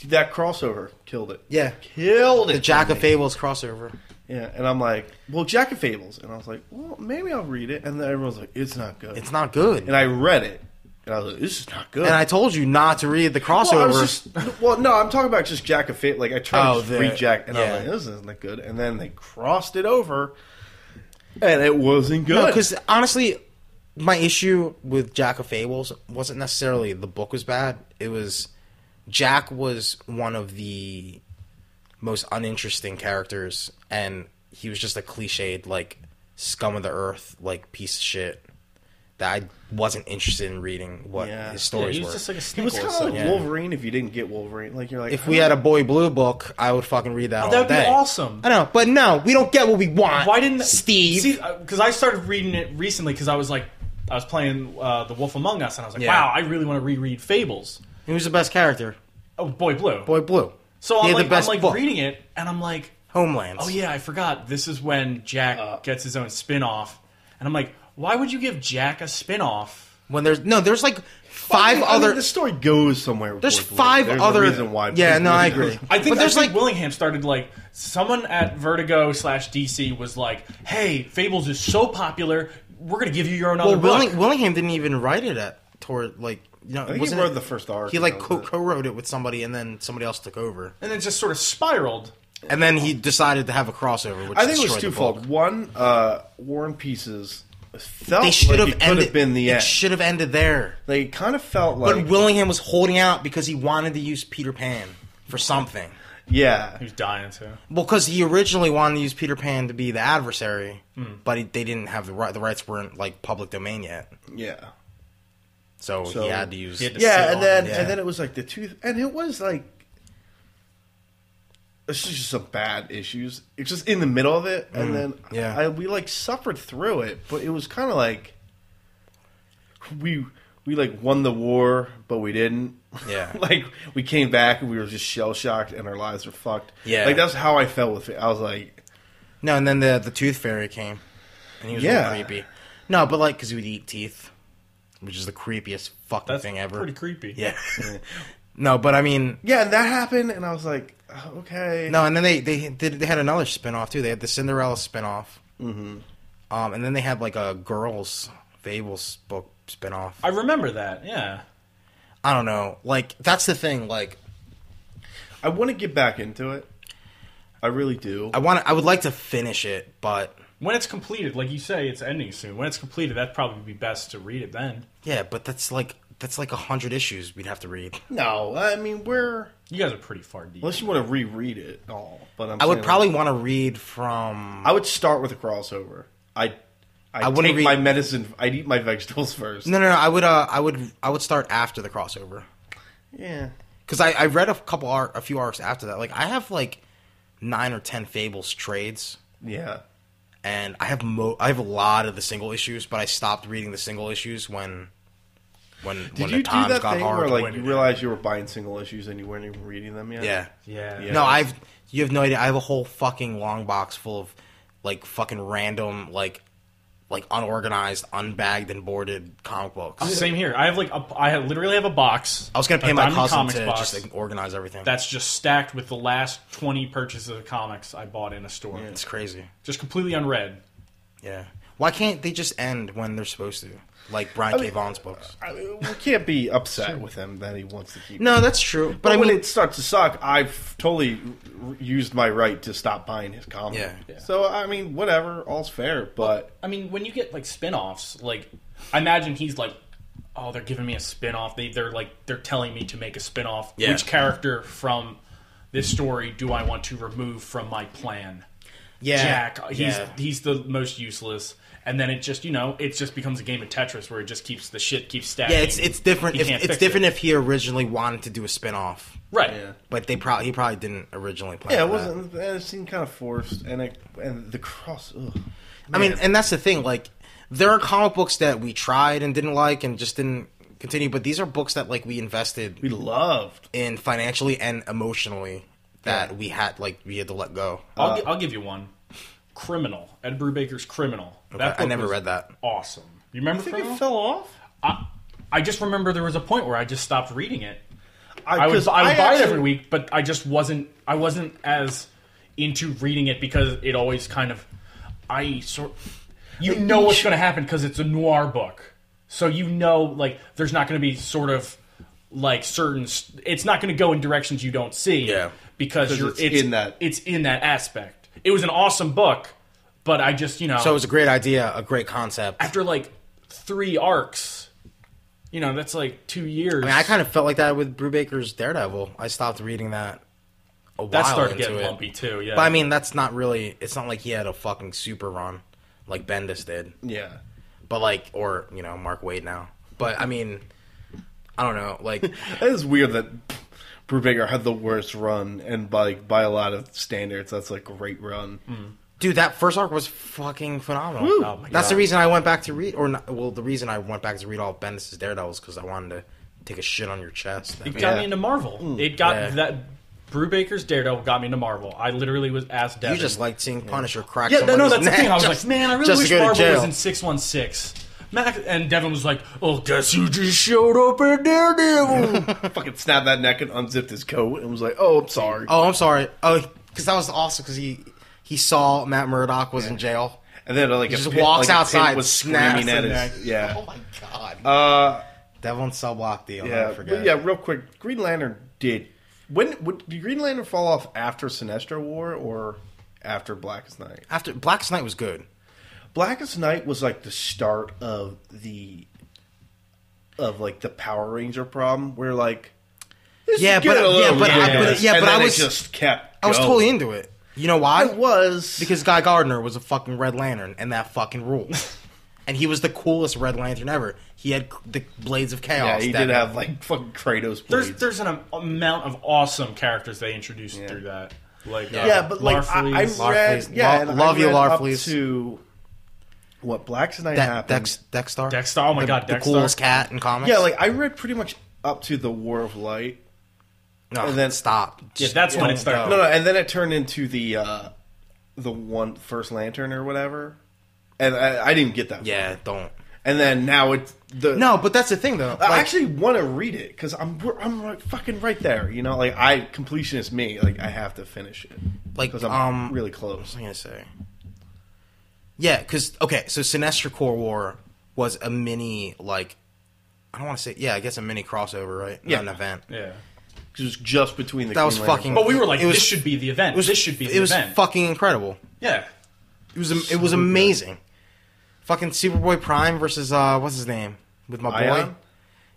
D: that crossover killed it.
B: Yeah.
D: Killed it.
B: The Jack
D: for
B: of
D: me.
B: Fables crossover.
D: Yeah, and I'm like, well, Jack of Fables, and I was like, well, maybe I'll read it, and then everyone's like, it's not good.
B: It's not good.
D: and I read it, and I was like, "This is not good."
B: And I told you not to read the crossover.
D: well, I was just, well, no, I'm talking about just Jack of Fate. Like I tried
B: Oh,
D: to just
B: the-
D: read Jack, and
B: yeah.
D: I'm like, "This isn't good." And then they crossed it over, and it wasn't good.
B: no, because honestly, my issue with Jack of Fables wasn't necessarily the book was bad. It was Jack was one of the most uninteresting characters, and he was just a cliched like scum of the earth, like piece of shit that I wasn't interested in reading what
D: Yeah.
B: his
E: Yeah,
B: stories
E: he was
B: were.
E: just like a
D: he
E: snake.
D: was kind of
E: oil,
D: like
E: so-
B: Yeah.
D: Wolverine. If you didn't get Wolverine, like you're like,
B: if we had a boy blue book, I would fucking read that. all
E: that would be
B: day.
E: awesome.
B: I know, but no, we don't get what we want.
E: Why didn't
B: Steve?
E: See, because I started reading it recently because I was like, I was playing uh, The Wolf Among Us, and I was like,
B: Yeah.
E: wow, I really want to reread Fables.
B: he was the best character.
E: Oh, Boy Blue.
B: Boy blue.
E: so
B: he
E: I'm
B: had
E: like,
B: the best
E: I'm like
B: book.
E: reading it, and I'm like,
B: Homelands. Uh,
E: oh yeah, I forgot. This is when Jack gets his own spin off, and I'm like, why would you give Jack a spin off?
B: When there's no, there's like five
D: I mean,
B: other.
D: the story goes somewhere. with
B: there's
D: Blue Blue.
B: five
D: There's a
B: other.
D: reason why.
B: yeah,
D: Blue
B: no,
D: Blue
B: I
D: goes-
B: agree.
E: I think,
B: but there's
E: I think
B: like
E: Willingham started like someone at Vertigo slash DC was like, "Hey, Fables is so popular, we're gonna give you your own
B: well,
E: other book."
B: Willing, Willingham didn't even write it at toward like you know.
D: I think he
B: wasn't
D: wrote
B: it-
D: the first arc.
B: He like
D: and that
B: co-
D: was it.
B: co-wrote it with somebody, and then somebody else took over,
E: and it just sort of spiraled.
B: and then he decided to have a crossover. Which
D: I think it was
B: destroyed the
D: twofold.
B: book.
D: One, uh, War and Pieces felt
B: They should
D: like
B: have
D: it could
B: ended.
D: have been the
B: it
D: end.
B: should have ended there.
D: They kind of felt
B: But
D: like,
B: Willingham was holding out because he wanted to use Peter Pan for something.
D: yeah,
E: He was dying to.
B: Well, because he originally wanted to use Peter Pan to be the adversary,
D: Hmm.
B: but he, they didn't have the right. The rights weren't like public domain yet,
D: yeah,
B: so,
D: So-
B: he had to use.
E: He had to sit
D: yeah.
E: on
D: And then
B: it, yeah.
D: and then it was like the tooth, and it was like this is just some bad issues. It's just in the middle of it, and then
B: Mm, yeah.
D: I, we like suffered through it, but it was kind of like we we like won the war, but we didn't.
B: Yeah.
D: like we came back and we were just shell shocked, and our lives were fucked.
B: Yeah.
D: like that's how I felt with it. I was like.
B: No, and then the the tooth fairy came, and he was
D: Yeah.
B: yeah. creepy. No, but like because he would eat teeth, which is the creepiest fucking
E: That's
B: thing ever.
E: pretty creepy.
B: Yeah. no, but I mean,
D: Yeah, and that happened, and I was like, oh, okay.
B: no, and then they they did they had another spin off too. They had the Cinderella spin off, mm-hmm. um, and then they had like a girls fables book spin off.
E: I remember that. Yeah,
B: I don't know. Like that's the thing. Like
D: I want to get back into it. I really do.
B: I want. I would like to finish it, but
E: When it's completed, like you say, it's ending soon. When it's completed, that'd probably be best to read it then.
B: yeah, but that's like that's like a hundred issues we'd have to read.
D: no, I mean we're
E: You guys are pretty far deep.
D: unless you want to reread it all. But I'm
B: I would
D: saying,
B: probably
D: like,
B: want to read from.
D: I would start with a crossover. I I,
B: I wouldn't
D: take
B: read-
D: my medicine. I'd eat my vegetables first.
B: No, no, no. I would. Uh, I would. I would start after the crossover
D: Yeah.
B: because I, I read a couple arc, a few arcs after that. Like I have like nine or ten Fables trades,
D: Yeah.
B: and I have mo. I have a lot of the single issues, but I stopped reading the single issues when when
D: Did
B: when
D: you
B: the
D: do
B: times
D: that
B: got
D: thing
B: hard.
D: where like
E: when
D: you
E: it-
D: realized you were buying single issues and you weren't even reading them yet?
B: yeah.
E: yeah.
D: Yeah.
B: No, I've. You have no idea. I have a whole fucking long box full of like fucking random like like unorganized, unbagged, and boarded comic books.
E: Same here. I have like a, I have- literally have a box.
B: I was gonna pay
E: a
B: my
E: Diamond
B: cousin
E: Comics
B: to
E: box
B: just like, organize everything.
E: that's just stacked with the last twenty purchases of comics I bought in a store,
B: it's crazy.
E: just completely unread.
B: Yeah. Why can't they just end when they're supposed to? Like Brian K.
D: mean-
B: Vaughn's books.
D: I mean, we can't be upset with him that he wants to keep.
B: No, that's true. But,
D: but
B: I
D: when
B: mean,
D: it starts to suck, I've totally r- used my right to stop buying his comic.
B: Yeah.
D: So I mean, whatever, all's fair. But
E: I mean, when you get like spin-offs, like I imagine he's like, oh, they're giving me a spin-off. They they're like they're telling me to make a spin-off.
B: Yeah.
E: Which character from this story do I want to remove from my plan?
B: yeah,
E: Jack, he's
B: yeah.
E: he's the most useless. And then it just you know it just becomes a game of Tetris where it just keeps the shit keeps stacking.
B: yeah, it's it's different.
E: You
B: If,
E: can't
B: it's
E: fix
B: different
E: it.
B: if he originally wanted to do a spin-off.
E: right.
D: yeah,
B: but they probably he probably didn't originally plan.
D: yeah, it
B: for that.
D: wasn't. It seemed kind of forced, and it, and the cross. Ugh.
B: I mean,
D: Man.
B: and that's the thing. Like, there are comic books that we tried and didn't like and just didn't continue. But these are books that like we invested
D: we loved.
B: in financially and emotionally that we had like we had to let go.
E: I'll, gi- I'll give you one. Criminal. Ed Brubaker's Criminal.
B: I- I
E: book
B: never
E: was
B: read that.
E: Awesome. You remember
D: I think
E: Criminal?
D: it fell off.
E: I, I just remember there was a point where I just stopped reading it. I would
D: Uh, 'cause
E: I would buy it
D: actually-
E: every week, but I just wasn't I wasn't as into reading it because it always kind of I sort you know what's going to happen because it's a noir book, so you know like there's not going to be sort of like certain s- it's not going to go in directions you don't see
B: Yeah.
E: because you're
D: it's in that-
E: it's in that aspect. It was an awesome book, but I just you know
B: So it was a great idea, a great concept. I
E: after like three arcs, you know, that's like two years.
B: mean, I kind of felt like that with Brubaker's Daredevil. I stopped reading that a while
E: that started
B: into
E: getting
B: it.
E: lumpy too. Yeah,
B: But I mean, that's not really. It's not like he had a fucking super run like Bendis did.
D: Yeah.
B: But like, or you know, Mark Wade now. But I mean, I don't know. Like.
D: That is weird that Brubaker had the worst run, and by by a lot of standards, that's like a great run.
E: Hmm.
B: Dude, that first arc was fucking phenomenal.
E: Oh my
B: That's the
E: God.
B: reason I went back to read, or not, well, the reason I went back to read all of Bendis's Daredevils because I wanted to take a shit on your chest.
E: it got
D: Yeah.
E: me into Marvel. It got
B: Hmm. Yeah.
E: that Brubaker's Daredevil got me into Marvel. I literally was asked.
B: you just liked seeing Punisher crack.
E: yeah, no, no,
B: somebody's
E: that's the
B: neck
E: thing. I was
B: just-
E: like, man, I really
B: just to
E: wish
B: go to
E: Marvel
B: jail.
E: was in six one six. Mac and Devin was like, "Oh, guess who just showed up in Daredevil?"
D: Fucking snapped that neck and unzipped his coat, and was like, "Oh, I'm sorry."
B: Oh, I'm sorry. Oh, because that was awesome because he he saw Matt Murdock was in jail.
D: And then uh, like
B: He
D: a
B: just
D: pit-
B: walks
D: like a pit
B: outside,
D: was
B: snaps
D: screaming at
B: the
D: his
B: neck.
D: yeah.
B: Oh my god,
D: Uh,
B: Devil cell block deal. Yeah,
D: yeah,
B: never forget.
D: but yeah. Real quick, Green Lantern did. When would, did Green Lantern fall off after Sinestro War or after Blackest Night?
B: After Blackest Night was good.
D: Blackest Night was like the start of the of like the Power Ranger problem, where like this
B: Yeah,
D: is getting
B: but-
D: a little
B: yeah, but I-
D: ridiculous.
B: but- yeah,
D: And
B: but
D: then
B: I
D: it
B: was-
D: just kept.
B: I was
D: going.
B: totally into it. You know why?
D: It was
B: because Guy Gardner was a fucking Red Lantern, and that fucking rules. and he was the coolest Red Lantern ever. He had c- the blades of
D: yeah,
B: chaos.
D: he
B: that-
D: did have like fucking Kratos.
E: there's
D: blades.
E: there's an am- amount of awesome characters they introduced through that. Like, uh,
D: Yeah, but like I, I read,
E: Larfleeze.
B: Larfleeze.
D: yeah,
B: Lo-
D: and I
B: love you,
D: read up
B: Larfleeze.
D: To what Black's Night
B: that
D: happened?
B: Dex Dexstar.
E: Dexter. Oh my
B: the,
E: god,
B: the
E: Dexter.
B: coolest cat in comics.
D: yeah, like I read pretty much up to the War of Light.
B: no,
D: and then-
B: stop.
E: Yeah, that's when it started.
B: Oh.
D: No, no, and then it turned into the uh the one first Lantern or whatever. And I, I didn't get that. far.
B: Yeah, don't.
D: And then now it's the
B: No, but that's the thing though.
D: I
B: Like,
D: actually want to read it because I'm we're- I'm right, fucking right there, you know. Like I completionist me, like I have to finish it
B: Like,
D: because I'm
B: um,
D: really close.
B: what was I gonna say? Yeah, because okay, so Sinestro Core War was a mini like I don't want to say yeah, I guess a mini crossover, right? Not
D: Yeah.
B: an event.
E: Yeah.
D: 'cause it was just between the
B: That
D: Green
B: was
D: Lantern
B: fucking-
D: film.
E: But we were like,
B: It was-
E: this should be the event.
B: It was,
E: this should be the
B: It was
E: event.
B: fucking incredible.
E: yeah.
B: It was am- it was amazing. Fucking Superboy Prime versus uh, what's his name with my boy?
D: Ion?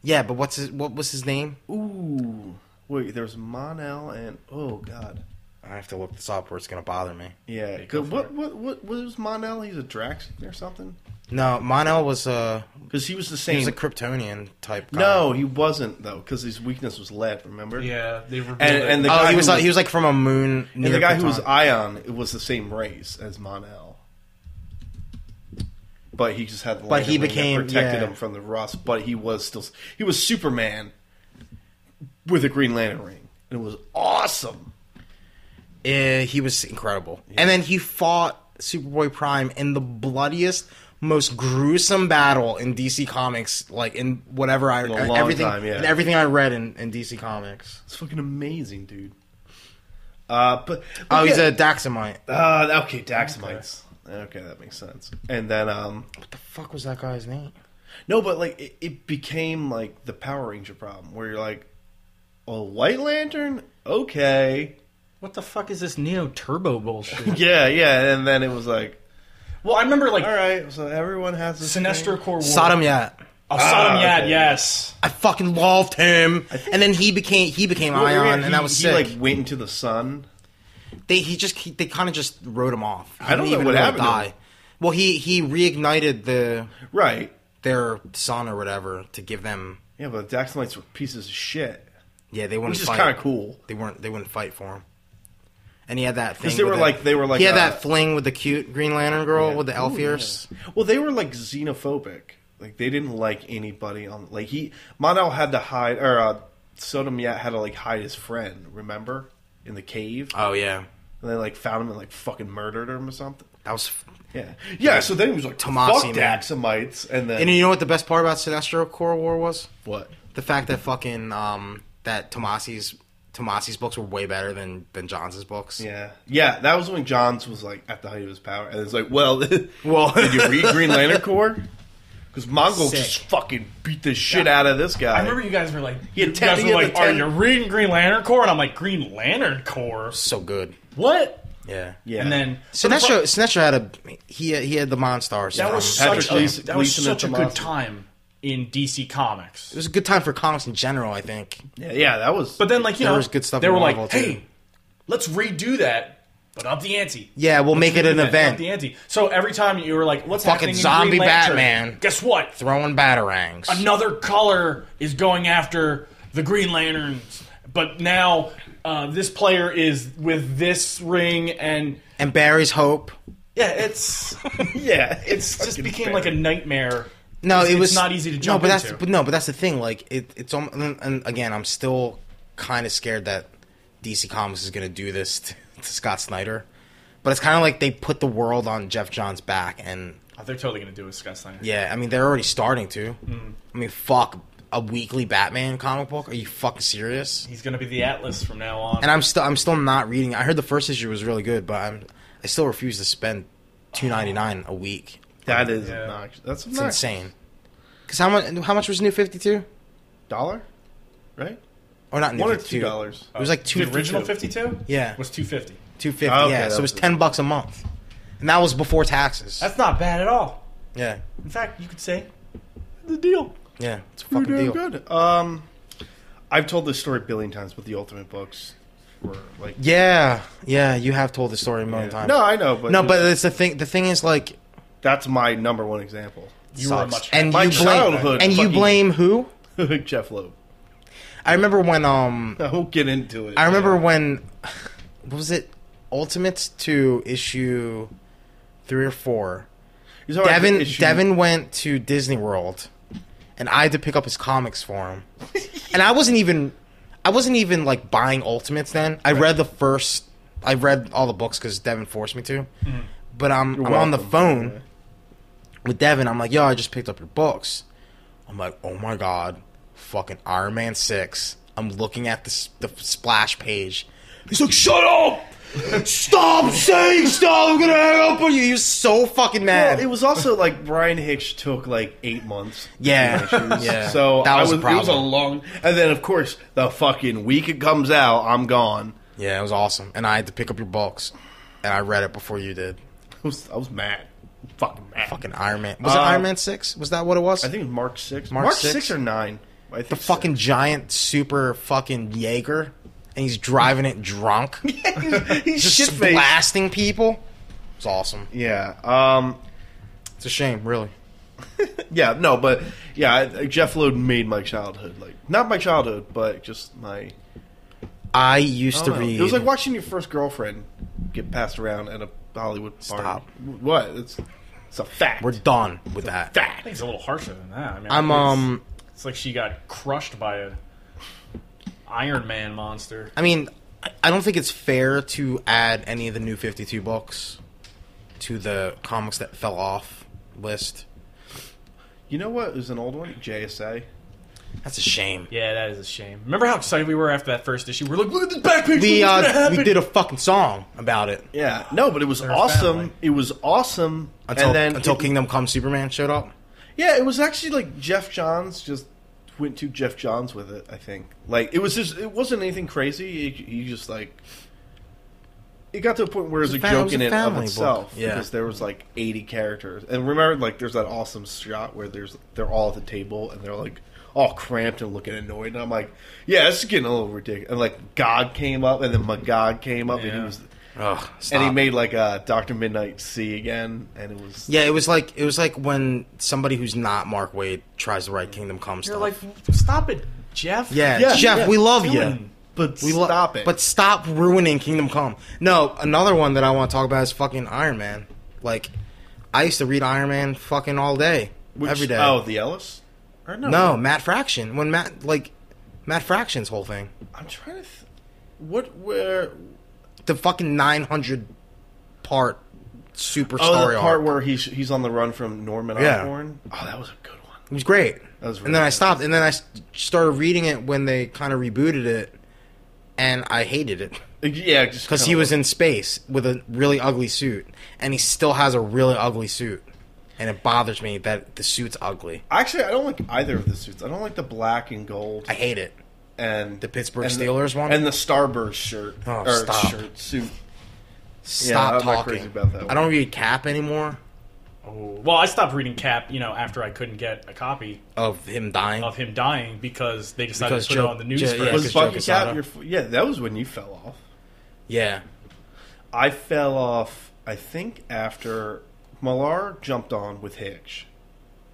B: Yeah, but what's his what was his name?
D: Ooh, wait, there's Monel and oh god,
B: I have to look this up, or it's gonna bother me.
D: yeah.
E: go
D: good.
E: for
D: what,
E: it.
D: what what what was Monel? He's a Draxian or something?
B: No, Monel was uh,
D: Because he was the
B: he
D: same.
B: was a Kryptonian type. Guy.
D: no, he wasn't though, because his weakness was lead. Remember?
E: Yeah. They revealed
D: And
E: it.
D: and the
B: oh,
D: guy
B: he was
D: who,
B: like, he was like from a moon. Near
D: and the guy who was
B: Krypton.
D: Ion it was the same race as Monel. But he just had the
B: But he
D: lightning that
B: became-
D: protected
B: yeah.
D: him from the rust. But he was still he was Superman with a Green Lantern ring. It was awesome.
B: Uh, he was incredible. And then he fought Superboy Prime in the bloodiest, most gruesome battle in DC Comics, like in whatever I uh,
D: a long
B: everything
D: time, yeah.
B: in everything I read in, in DC Comics.
D: It's fucking amazing, dude. Uh, but, but
B: Oh, he's
D: yeah.
B: a Daxamite. What
D: uh, okay Daxamites. Okay. that makes sense. And then um,
B: the fuck was that guy's name?
D: no, but like it, it became like the Power Ranger problem, where you're like, a White Lantern, okay,
E: what the fuck is this Neo Turbo bullshit?
D: yeah, yeah, and then it was like,
E: well, I remember like
D: all right, so everyone has this
E: Sinestro Corps. War.
B: Sodom Yat.
E: Oh, Sodom
D: Ah,
E: Yad.
D: okay.
E: Yes.
B: I fucking loved him.
D: think-
B: And then he became he became
D: thing.
B: Ion,
D: He-
B: and that was
D: he,
B: sick.
D: like went into the sun.
B: they he just he, they kind of just wrote him off. He
D: I don't
B: didn't
D: know what
B: really
D: happened to him.
B: Well, he he reignited the
D: Right.
B: their son or whatever to give them.
D: Yeah, but the Daxamites were pieces of shit,
B: Yeah, they wouldn't
D: which is
B: fight.
D: kind of cool.
B: They weren't. They wouldn't fight for him. And he had that thing.
D: 'Cause they
B: with
D: were
B: the-
D: like- they were like
B: He had
D: a-
B: that fling with the cute Green Lantern girl with the elf ears.
D: Well, they were like xenophobic. Like they didn't like anybody on. Like he, Monel had to hide, or uh, Sodom Yat had to like hide his friend. Remember in the cave,
B: Oh yeah,
D: and they like found him and like fucking murdered him or something.
B: that was. f-
D: Yeah, yeah. So then he was like,
B: Tomasi, man."
D: "Fuck Daxamites," and then
B: And you know what the best part about Sinestro Corps War was?
D: what?
B: The fact that fucking um that Tomasi's Tomasi's books were way better than than Johns's books.
D: Yeah, yeah. That was when Johns was like at the height of his power, and it's like, well, did
B: Well,
D: you read Green Lantern Corps? Because Mongol
B: Sick.
D: just fucking beat the shit out of this guy.
E: I remember you guys were like,
D: He had
E: you
D: ten-
E: guys
D: he
E: were
D: had
E: like,
D: the
E: are
D: ten-
E: you reading Green Lantern Corps? And I'm like, Green Lantern Corps?
B: so good.
E: What?
B: Yeah.
D: yeah,
E: And then
B: Sinestro Sinestro had a he he had the Monstars.
E: that
B: from-
E: was
D: Patrick
E: such a,
D: Gleason-
E: that was
D: Gleason and
E: such a good
D: Tomasi.
E: time in DC Comics.
B: it was a good time for comics in general. I think.
D: yeah, yeah, that was.
E: But then, like you
B: There
E: know,
B: was good stuff
E: They
B: in
E: were
B: Marvel,
E: like,
B: too.
E: hey, let's redo that, but up the ante.
B: Yeah, we'll make it an
E: Up
B: event.
E: the ante. So every time you were like, what's
B: Fucking
E: happening in
B: zombie
E: Green Lantern?
B: Batman.
E: Guess what?
B: Throwing batarangs.
E: another color is going after the Green Lanterns, but now uh, this player is with this ring, and
B: and Barry's hope.
E: yeah, it's
D: yeah,
E: it's just became like a nightmare.
B: No,
E: It's-
B: it
E: it's
B: was
E: not easy to
B: No,
E: jump
B: but that's
E: into.
B: but no, but that's the thing. Like it, it's almost, and, and again, I'm still kind of scared that DC Comics is going to do this to, to Scott Snyder. But it's kind of like they put the world on Jeff John's back, and
E: Oh, they're totally gonna do a Scott Snyder.
B: yeah, I mean they're already starting to.
E: Mm-hmm.
B: I mean, fuck a weekly Batman comic book? Are you fucking serious?
E: He's gonna be the Atlas from now on.
B: And I'm still I'm still not reading. I heard the first issue was really good, but I'm I still refuse to spend two ninety nine a week.
D: that is
E: Yeah.
D: obnoxious. That's
B: It's
D: obnoxious.
B: insane. Because how much how much was New Fifty Two?
D: Dollar, right?
B: Or not New
D: One or
B: 52.
D: two dollars.
B: It was like two
E: the original fifty-two.
B: Yeah.
E: was two fifty.
B: two fifty.
D: Oh, okay,
B: yeah, so
D: that
B: it was
D: was-
B: ten bucks a month, and that was before taxes.
E: That's not bad at all.
B: yeah,
E: In fact, you could say the deal.
B: yeah, it's a fucking deal.
D: good. Um, I've told this story a billion times, but the Ultimate books were like.
B: Yeah, yeah, you have told the story a million times.
D: No, I know, but
B: no, but it's the thing. The thing is like
D: that's my number one example.
E: You were a
B: sucks.
E: much
B: and
D: My
B: you blame
D: childhood
B: and you
D: fucking-
B: blame who?
D: Jeff Loeb.
B: I remember when um
D: I won't get into it.
B: I remember when what was it Ultimates to issue three or four.
D: He's already
B: Devin
D: issued-
B: Devin went to Disney World, and I had to pick up his comics for him. and I wasn't even, I wasn't even like buying Ultimates then. I read the first, I read all the books because Devin forced me to. But I'm I'm on the
D: welcome, by the
B: phone
D: way.
B: with Devin. I'm like, yo, I just picked up your books. I'm like, oh my god, fucking Iron Man six. I'm looking at the s- the splash page. He's like, shut up. Stop saying stop! I'm gonna hang up on you. You're so fucking mad.
D: Well, it was also like Brian Hitch took like eight months.
B: yeah, yeah.
D: Yeah. So
B: that was, a
D: I it was a
B: problem.
D: long. And then of course the fucking week it comes out, I'm gone.
B: yeah, it was awesome. And I had to pick up your books, and I read it before you did.
D: I was, I was mad. Fucking mad.
B: Fucking Iron Man. Was it
D: Uh,
B: Iron Man six? Was that what it was?
D: I think it was Mark six.
B: Mark
D: Mark,
B: six?
D: six? or nine. I think
B: the fucking giant super fucking Jaeger, and he's driving it drunk,
D: he's
B: just
D: shit faced.
B: blasting people. It's awesome.
D: Yeah. Um.
B: It's a shame, really.
D: Yeah. No. But yeah, I- Jeff Loeb made my childhood like not my childhood, but just my.
B: I used
D: I
B: to
D: don't know.
B: read.
D: Oh, It was like watching your first girlfriend get passed around at a Hollywood bar.
B: Stop.
D: What? It's it's a fact.
B: We're done with that.
E: I think it's a little harsher than that. I mean,
B: I'm
E: it's-
B: um.
E: It's like she got crushed by a Iron Man monster.
B: I mean, I- I don't think it's fair to add any of the new 52 books to the comics that fell off list.
D: You know what is an old one? JSA.
B: That's a shame.
E: Yeah, that is a shame. Remember how excited we were after that first issue? We're like, look at this back picture.
B: We
E: what's gonna
B: uh,
E: happen?"
B: we did a fucking song about it
D: Yeah. No, but it was
E: They're a
D: awesome.
E: family.
D: It was awesome.
B: until
D: and then
B: until
D: it-
B: Kingdom Come Superman showed up.
D: Yeah, it was actually like Jeff Johns just went to Jeff Johns with it. I think like it was just it wasn't anything crazy. It, he just like it got to a point where it was
B: It
D: a
B: was a fam- it
D: joke
B: was
D: in
B: a
D: and
B: family
D: of
B: book.
D: itself
B: Yeah.
D: because there was like eighty characters. And remember, like there's that awesome shot where there's they're all at the table and they're like all cramped and looking annoyed. And I'm like, yeah, this is getting a little ridiculous. And like God came up and then Magog came up and he
E: Yeah.
D: was
B: Ugh,
D: and he
B: stop.
D: made like a Doctor Midnight C again, and it was
B: yeah, it was like it was like when somebody who's not Mark Wade tries to write Kingdom Come
E: You're
B: stuff.
E: like, stop it, Jeff.
B: yeah,
D: Yeah,
B: Jeff,
D: yeah.
B: we love you.
E: Doing-
D: But
B: We lo-
D: stop it.
B: But stop ruining Kingdom Come. No, another one that I want to talk about is fucking Iron Man. Like, I used to read Iron Man fucking all day,
D: Which-
B: every day.
D: Oh, the Ellis? Or no,
B: No, Matt Fraction. When Matt like Matt Fraction's whole thing,
D: I'm trying to. Th- what? Where?
B: the fucking nine hundred part super
D: Oh,
B: story
D: the part
B: arc.
D: where he's he's on the run from Norman
B: Yeah.
D: Osborn. Oh, that was a good one.
B: it was great.
D: That was
B: and then
D: really
B: I
D: good.
B: stopped, and then I s- started reading it when they kind of rebooted it, and I hated it
D: Uh, Yeah, just
B: because
D: kinda
B: he was
D: like-
B: in space with a really ugly suit, and he still has a really ugly suit, and it bothers me that the suit's ugly.
D: Actually, I don't like either of the suits. I don't like the black and gold
B: I hate it.
D: and
B: the Pittsburgh
D: and the-
B: Steelers one?
D: and the Starburst shirt
B: Oh,
D: or
B: stop.
D: shirt suit.
B: Stop
D: I'm not
B: talking.
D: crazy about that
B: I don't read Cap anymore
E: Oh, well, I stopped reading Cap, you know, after I couldn't get a copy
B: of him dying.
E: of him dying because they decided
B: Because
E: to put
B: Joe-
E: it on the news
B: Joe- yeah,
E: first.
D: Was
B: because
D: Bucky
B: Joe Quesada.
D: Cat your? f- Yeah, that was when you fell off.
B: yeah,
D: I fell off. I think after Millar jumped on with Hitch,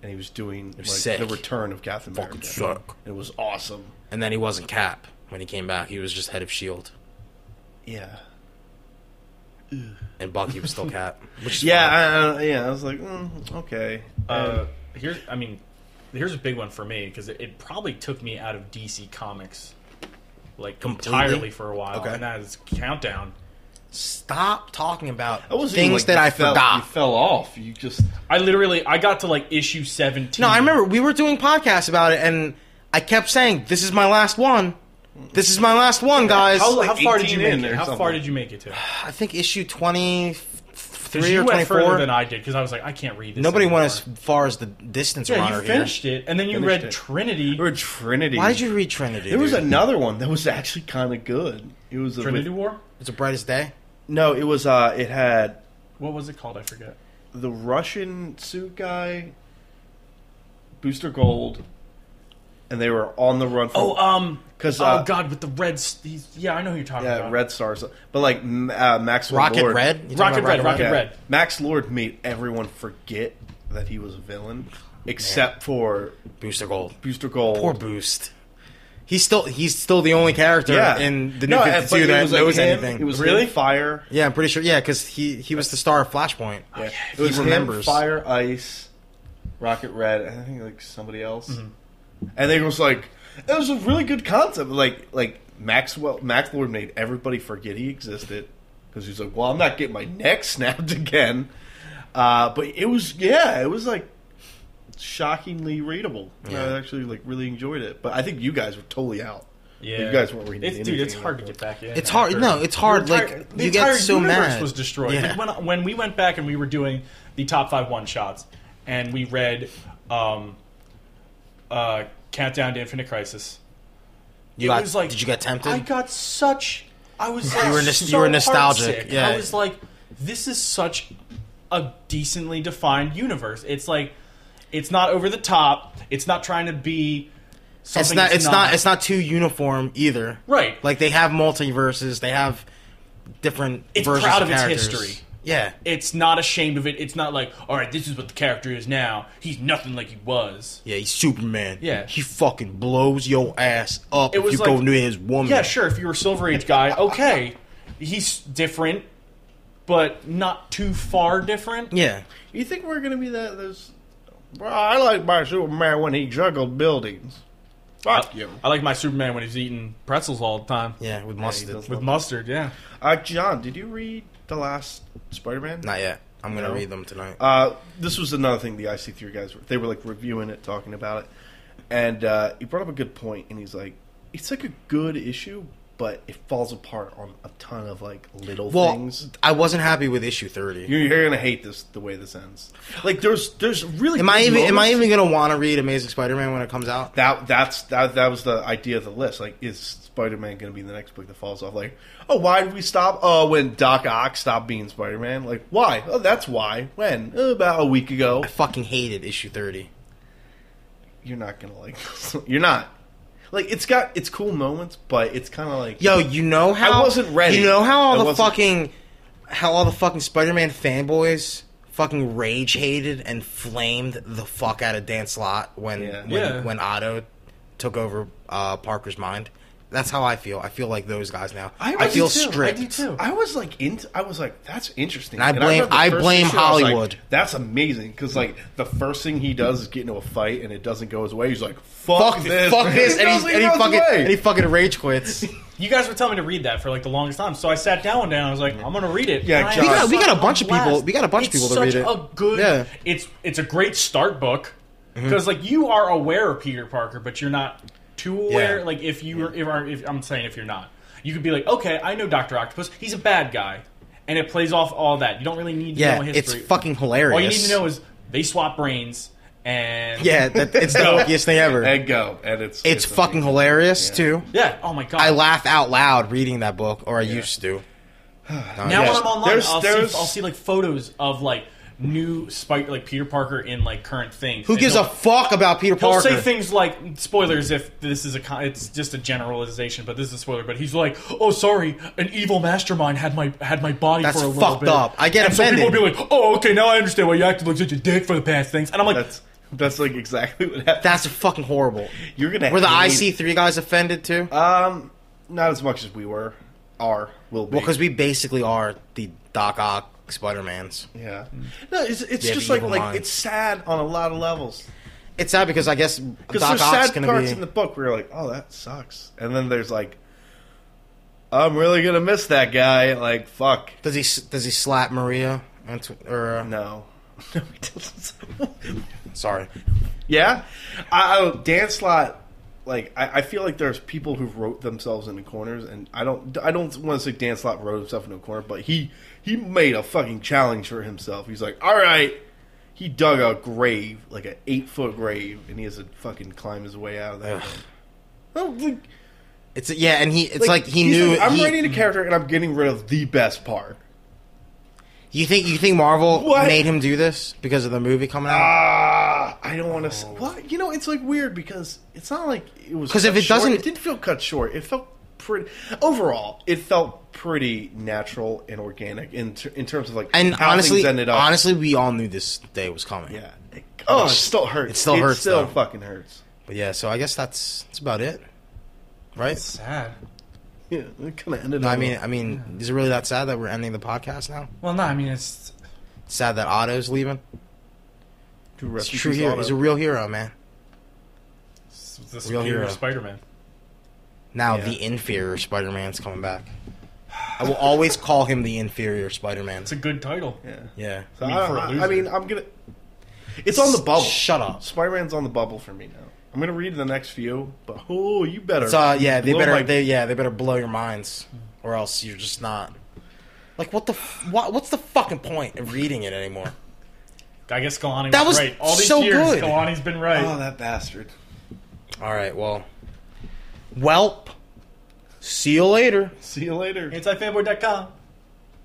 D: and he was doing like,
B: sick.
D: the return of Captain
B: Fucking
D: America.
B: suck.
D: It was awesome.
B: and then he wasn't Cap when he came back. He was just head of Shield.
D: Yeah.
B: and Bucky was still Cap. Which is
D: Yeah,
B: fine.
D: I, I, yeah. I was like, mm, okay.
E: Uh, here's, I mean, here's a big one for me because it, it probably took me out of DC Comics like
B: Completely?
E: entirely for a while,
B: Okay.
E: and that is Countdown.
B: Stop talking about
D: I wasn't even,
B: things
D: like,
B: that
D: you
B: I
D: fell-
B: forgot.
D: You fell off. You just
E: I literally, I got to like issue seventeen.
B: no, I remember we were doing podcasts about it, and I kept saying, "This is my last one. This is my last one, guys."
E: How,
D: like
E: how far did
D: 18
E: you make
D: in
E: it?
D: or
E: How far
D: something.
E: did you make it to?
B: I think issue twenty three or
E: You went
B: twenty
E: further than
B: four.
E: I did because I was like, I can't read this.
B: Nobody
E: anymore.
B: went as far as the distance
E: Yeah,
B: runner
E: you
B: here.
E: finished it, and then you
D: Finished
E: read
D: it.
E: Trinity.
D: or Trinity.
B: Why did you read Trinity?
D: There was
B: dude?
D: another one that was actually kind of good. It was a,
E: Trinity
D: with-
E: War.
B: It's the brightest day.
D: no. It was. Uh, it had
E: What was it called? I forget.
D: the Russian suit guy, Booster Gold, and they were on the run.
E: Oh,
D: For,
E: um,
D: 'Cause,
E: oh
D: uh,
E: god, with the red. s- He's, yeah, I know who you're talking
D: yeah,
E: about.
D: Red Stars. But like M- uh, Max
B: Rocket
D: Lord,
B: Red. You talking
E: Rocket
B: about
E: Red, Rocket
D: Yeah.
E: Red.
D: Max Lord made everyone forget that he was a villain, except for
B: Booster Gold.
D: Booster Gold.
B: Poor Boost. He's still he's still the only character in the new
D: No,
B: fifty
D: but
B: two
D: it
B: that
D: was, like,
B: knows
D: him-
B: anything.
D: It was
E: Really?
D: really fire.
B: Yeah, I'm pretty sure. Yeah, because he he was the star of Flashpoint.
D: Yeah.
B: Oh, He
D: him,
B: remembers.
D: fire, ice, Rocket Red, and I think like somebody else.
B: Mm-hmm.
D: And they was like, it was a really good concept. Like like Maxwell Max Lord made everybody forget he existed because he's like, well, I'm not getting my neck snapped again. Uh, but it was yeah, it was like shockingly readable.
B: Yeah.
D: I actually like really enjoyed it. But I think you guys were totally out.
E: Yeah,
D: You guys weren't reading
E: It's, dude,
D: anything
E: it's
D: at
E: hard
D: that
E: to get back in.
B: It's hard.
E: after-
B: No, it's hard.
E: The entire-
B: like
E: the
B: you
E: entire
B: get so
E: universe
B: mad.
E: was destroyed.
B: Yeah.
E: Like, when when we went back and we were doing the top five one shots, and we read um, uh, Countdown to Infinite Crisis.
B: you
E: it
B: got,
E: was like,
B: did you get tempted?
E: I got such. I was.
B: You
E: like,
B: were nos-
E: so
B: you were nostalgic,
E: heartsick.
B: yeah.
E: I was like, this is such a decently defined universe. It's like, it's not over the top. It's not trying to be.
B: it's
E: Something
B: not. It's not. It's not too uniform either.
E: Right.
B: Like they have multiverses. They have different.
E: It's
B: versions
E: proud of its
B: characters.
E: history.
B: Yeah.
E: it's not ashamed of it. It's not like, all right, this is what the character is now. He's nothing like he was.
B: Yeah, he's Superman.
E: Yeah.
B: He fucking blows your ass up
E: It
B: if
E: was
B: you
E: like-
B: go near his woman.
E: Yeah, sure. If you were a Silver Age guy, okay, he's different, but not too far different.
B: Yeah.
D: You think we're gonna be that? Those. Well, I like my Superman when he juggled buildings. Fuck you.
E: I like my Superman when he's eating pretzels all the time
B: Yeah, with
D: he
B: mustard.
D: does
E: with mustard. Yeah,
D: Uh, John, did you read the last Spider-Man?
B: Not yet. I'm gonna
D: No.
B: read them tonight.
D: Uh, this was another thing the IC3 guys were. They were like reviewing it, talking about it, and uh, he brought up a good point. And he's like, "It's like a good issue, but it falls apart on a ton of like little
B: well,
D: things."
B: I wasn't happy with issue 30.
D: You're, you're gonna hate this the way this ends. Like, there's there's really
B: am I
D: good
B: even? Am I
D: moments.
B: even gonna want to read Amazing Spider-Man when it comes out?
D: that that's that that was the idea of the list. Like, is Spider Man going to be the next book that falls off? Like, oh, why did we stop? Oh, when Doc Ock stopped being Spider Man. Like, why? Oh, that's why. When? "Oh, about a week ago.
B: I fucking hated issue 30.
D: You're not gonna like. This. You're not. Like, it's got it's cool moments, but it's kind of like
B: Yo, you know how
D: wasn't ready.
B: You know how all
D: I
B: the
D: wasn't-
B: fucking how all the fucking Spider-Man fanboys fucking rage hated and flamed the fuck out of Dan Slott when
D: Yeah.
B: when,
E: Yeah.
B: when Otto took over uh, Parker's mind. That's how I feel. I feel like those guys now. I,
D: I do
B: feel
E: too. I
B: stripped.
E: do too.
D: I was like into. I was like, that's interesting.
B: And I blame-
D: read the
B: I
D: first
B: blame
D: issue, I was like,
B: Hollywood.
D: that's amazing because like the first thing he does is get into a fight and it doesn't go his way. He's like, fuck,
B: Fuck
D: this,
B: this! Fuck this!
D: It
B: And,
D: doesn't
B: he, and he
D: go his
B: fucking
D: way.
B: and he fucking rage quits. we
E: you guys were telling me to read that for like the longest time, so I sat down one day and I was like, I'm gonna read it.
D: Yeah,
E: And I
D: John.
E: had
D: We got-
B: we
E: such
B: got a bunch of people-
E: blast.
B: we got a bunch of
E: It's
B: people to read
E: such
B: it.
E: A good.
B: Yeah. Mm-hmm.
E: It's it's a great start book because like you are aware of Peter Parker, but you're not too aware.
B: Yeah. Mm-hmm.
E: Like if you were, if, are- if I'm saying if you're not, you could be like, okay, I know Doctor Octopus. He's a bad guy, and it plays off all that. You don't really need to
B: Yeah,
E: know
B: it's
E: history.
B: fucking hilarious.
E: all you need to know is they swap brains and
B: yeah, that, it's the luckiest thing ever.
D: and go, and it's
B: it's fucking
D: amazing.
B: hilarious
D: Yeah.
B: too.
E: yeah. Oh my god!
B: I laugh out loud reading that book, or I used to.
E: Now
D: Yes.
E: when I'm online,
D: There's-
E: I'll,
D: there's-
E: see, I'll see like photos of like new Spike, like Peter Parker in like current things.
B: Who
E: And
B: gives
E: he'll-
B: a fuck about Peter
E: He'll
B: Parker?
E: say things like spoilers if this is a con- it's just a generalization, but this is a spoiler. But he's like, "Oh, sorry, an evil mastermind had my had my body
B: That's
E: for a little
B: fucked
E: bit."
B: up. I get
E: and So people
B: offended.
E: will be like, "Oh, okay, now I understand why you acted like such a dick for the past things." And I'm like,
D: That's that's like exactly what happened.
B: That's fucking horrible.
D: You're gonna
B: Were the
D: hate-
B: IC three guys offended too? Well, 'cause
D: Um, not as much as we were. Are will be
B: because we basically are the Doc Ock Spider Mans.
D: yeah. No, it's it's
B: Yeah,
D: just
B: the
D: like
B: evil
D: like
B: mind.
D: it's sad on a lot of levels
B: It's sad because I guess Doc
D: because there's
B: Ock's
D: sad
B: gonna
D: parts
B: be.
D: in the book where you're like, oh, that sucks, and then there's like, I'm really gonna miss that guy. Like, fuck,
B: Does he s- does he slap Maria? Anto- or uh,
D: no. No, he doesn't.
B: sorry,
D: yeah, I, I Dan Slot. Like, I, I feel like there's people who wrote themselves into corners, and I don't. I don't want to say Dan Slot wrote himself into a corner, but he he made a fucking challenge for himself. He's like, all right. He dug a grave, like an eight foot grave, and he has to fucking climb his way out of that.
B: Ugh.
D: Well, like,
B: it's yeah, and he it's
D: like,
B: like, he
D: he's
B: knew.
D: like, I'm
B: he-
D: writing a character and I'm getting rid of the best part.
B: you think you think Marvel
D: What?
B: made him do this because of the movie coming out?
D: Ah, I don't want to. say What you know? It's like weird because it's not like it was.
B: 'Cause if
D: cut
B: it
D: short.
B: doesn't-
D: it didn't feel cut short. It felt pretty. Overall, it felt pretty natural and organic in ter- in terms of like
B: and
D: how
B: honestly,
D: things ended up.
B: honestly, we all knew this day was coming.
D: yeah. Oh, it still hurts.
B: It still hurts,
D: It still
B: though.
D: fucking hurts.
B: But yeah, so I guess that's that's about it, right?
E: sad.
D: Yeah, it kind of ended.
B: No, I
D: on a-
B: mean, I mean, is it really that sad that we're ending the podcast now?
E: Well, no, I mean it's
B: It's sad that Otto's leaving. It's
D: to rest
B: a
D: in
B: true
D: peace,
B: hero.
D: Otto.
B: He's a real hero, man.
E: it's the
B: Real
E: superior
B: hero.
E: Spider-Man.
B: Now
D: Yeah.
B: the inferior Spider-Man's coming back. I will always call him the inferior Spider-Man.
E: It's a good title.
D: yeah.
B: Yeah.
D: So
E: I mean,
D: I,
E: for a
D: I- I
E: loser.
D: mean, I'm gonna. It's on the bubble.
B: Shut up.
D: Spider Man's on the bubble for me now. I'm gonna read the next few, but oh, you better.
B: So uh, yeah, they
D: blow
B: better
D: my-
B: they yeah they better blow your minds, or else you're just not. Like what the f- what, what's the fucking point of reading it anymore?
E: I guess Kalani
B: That
E: was,
B: was
E: right. All these
B: so
E: years,
B: good.
E: Kalani's been right.
D: oh, that bastard.
B: All right, well, welp. See you later.
D: See you later.
E: Antifanboy.com.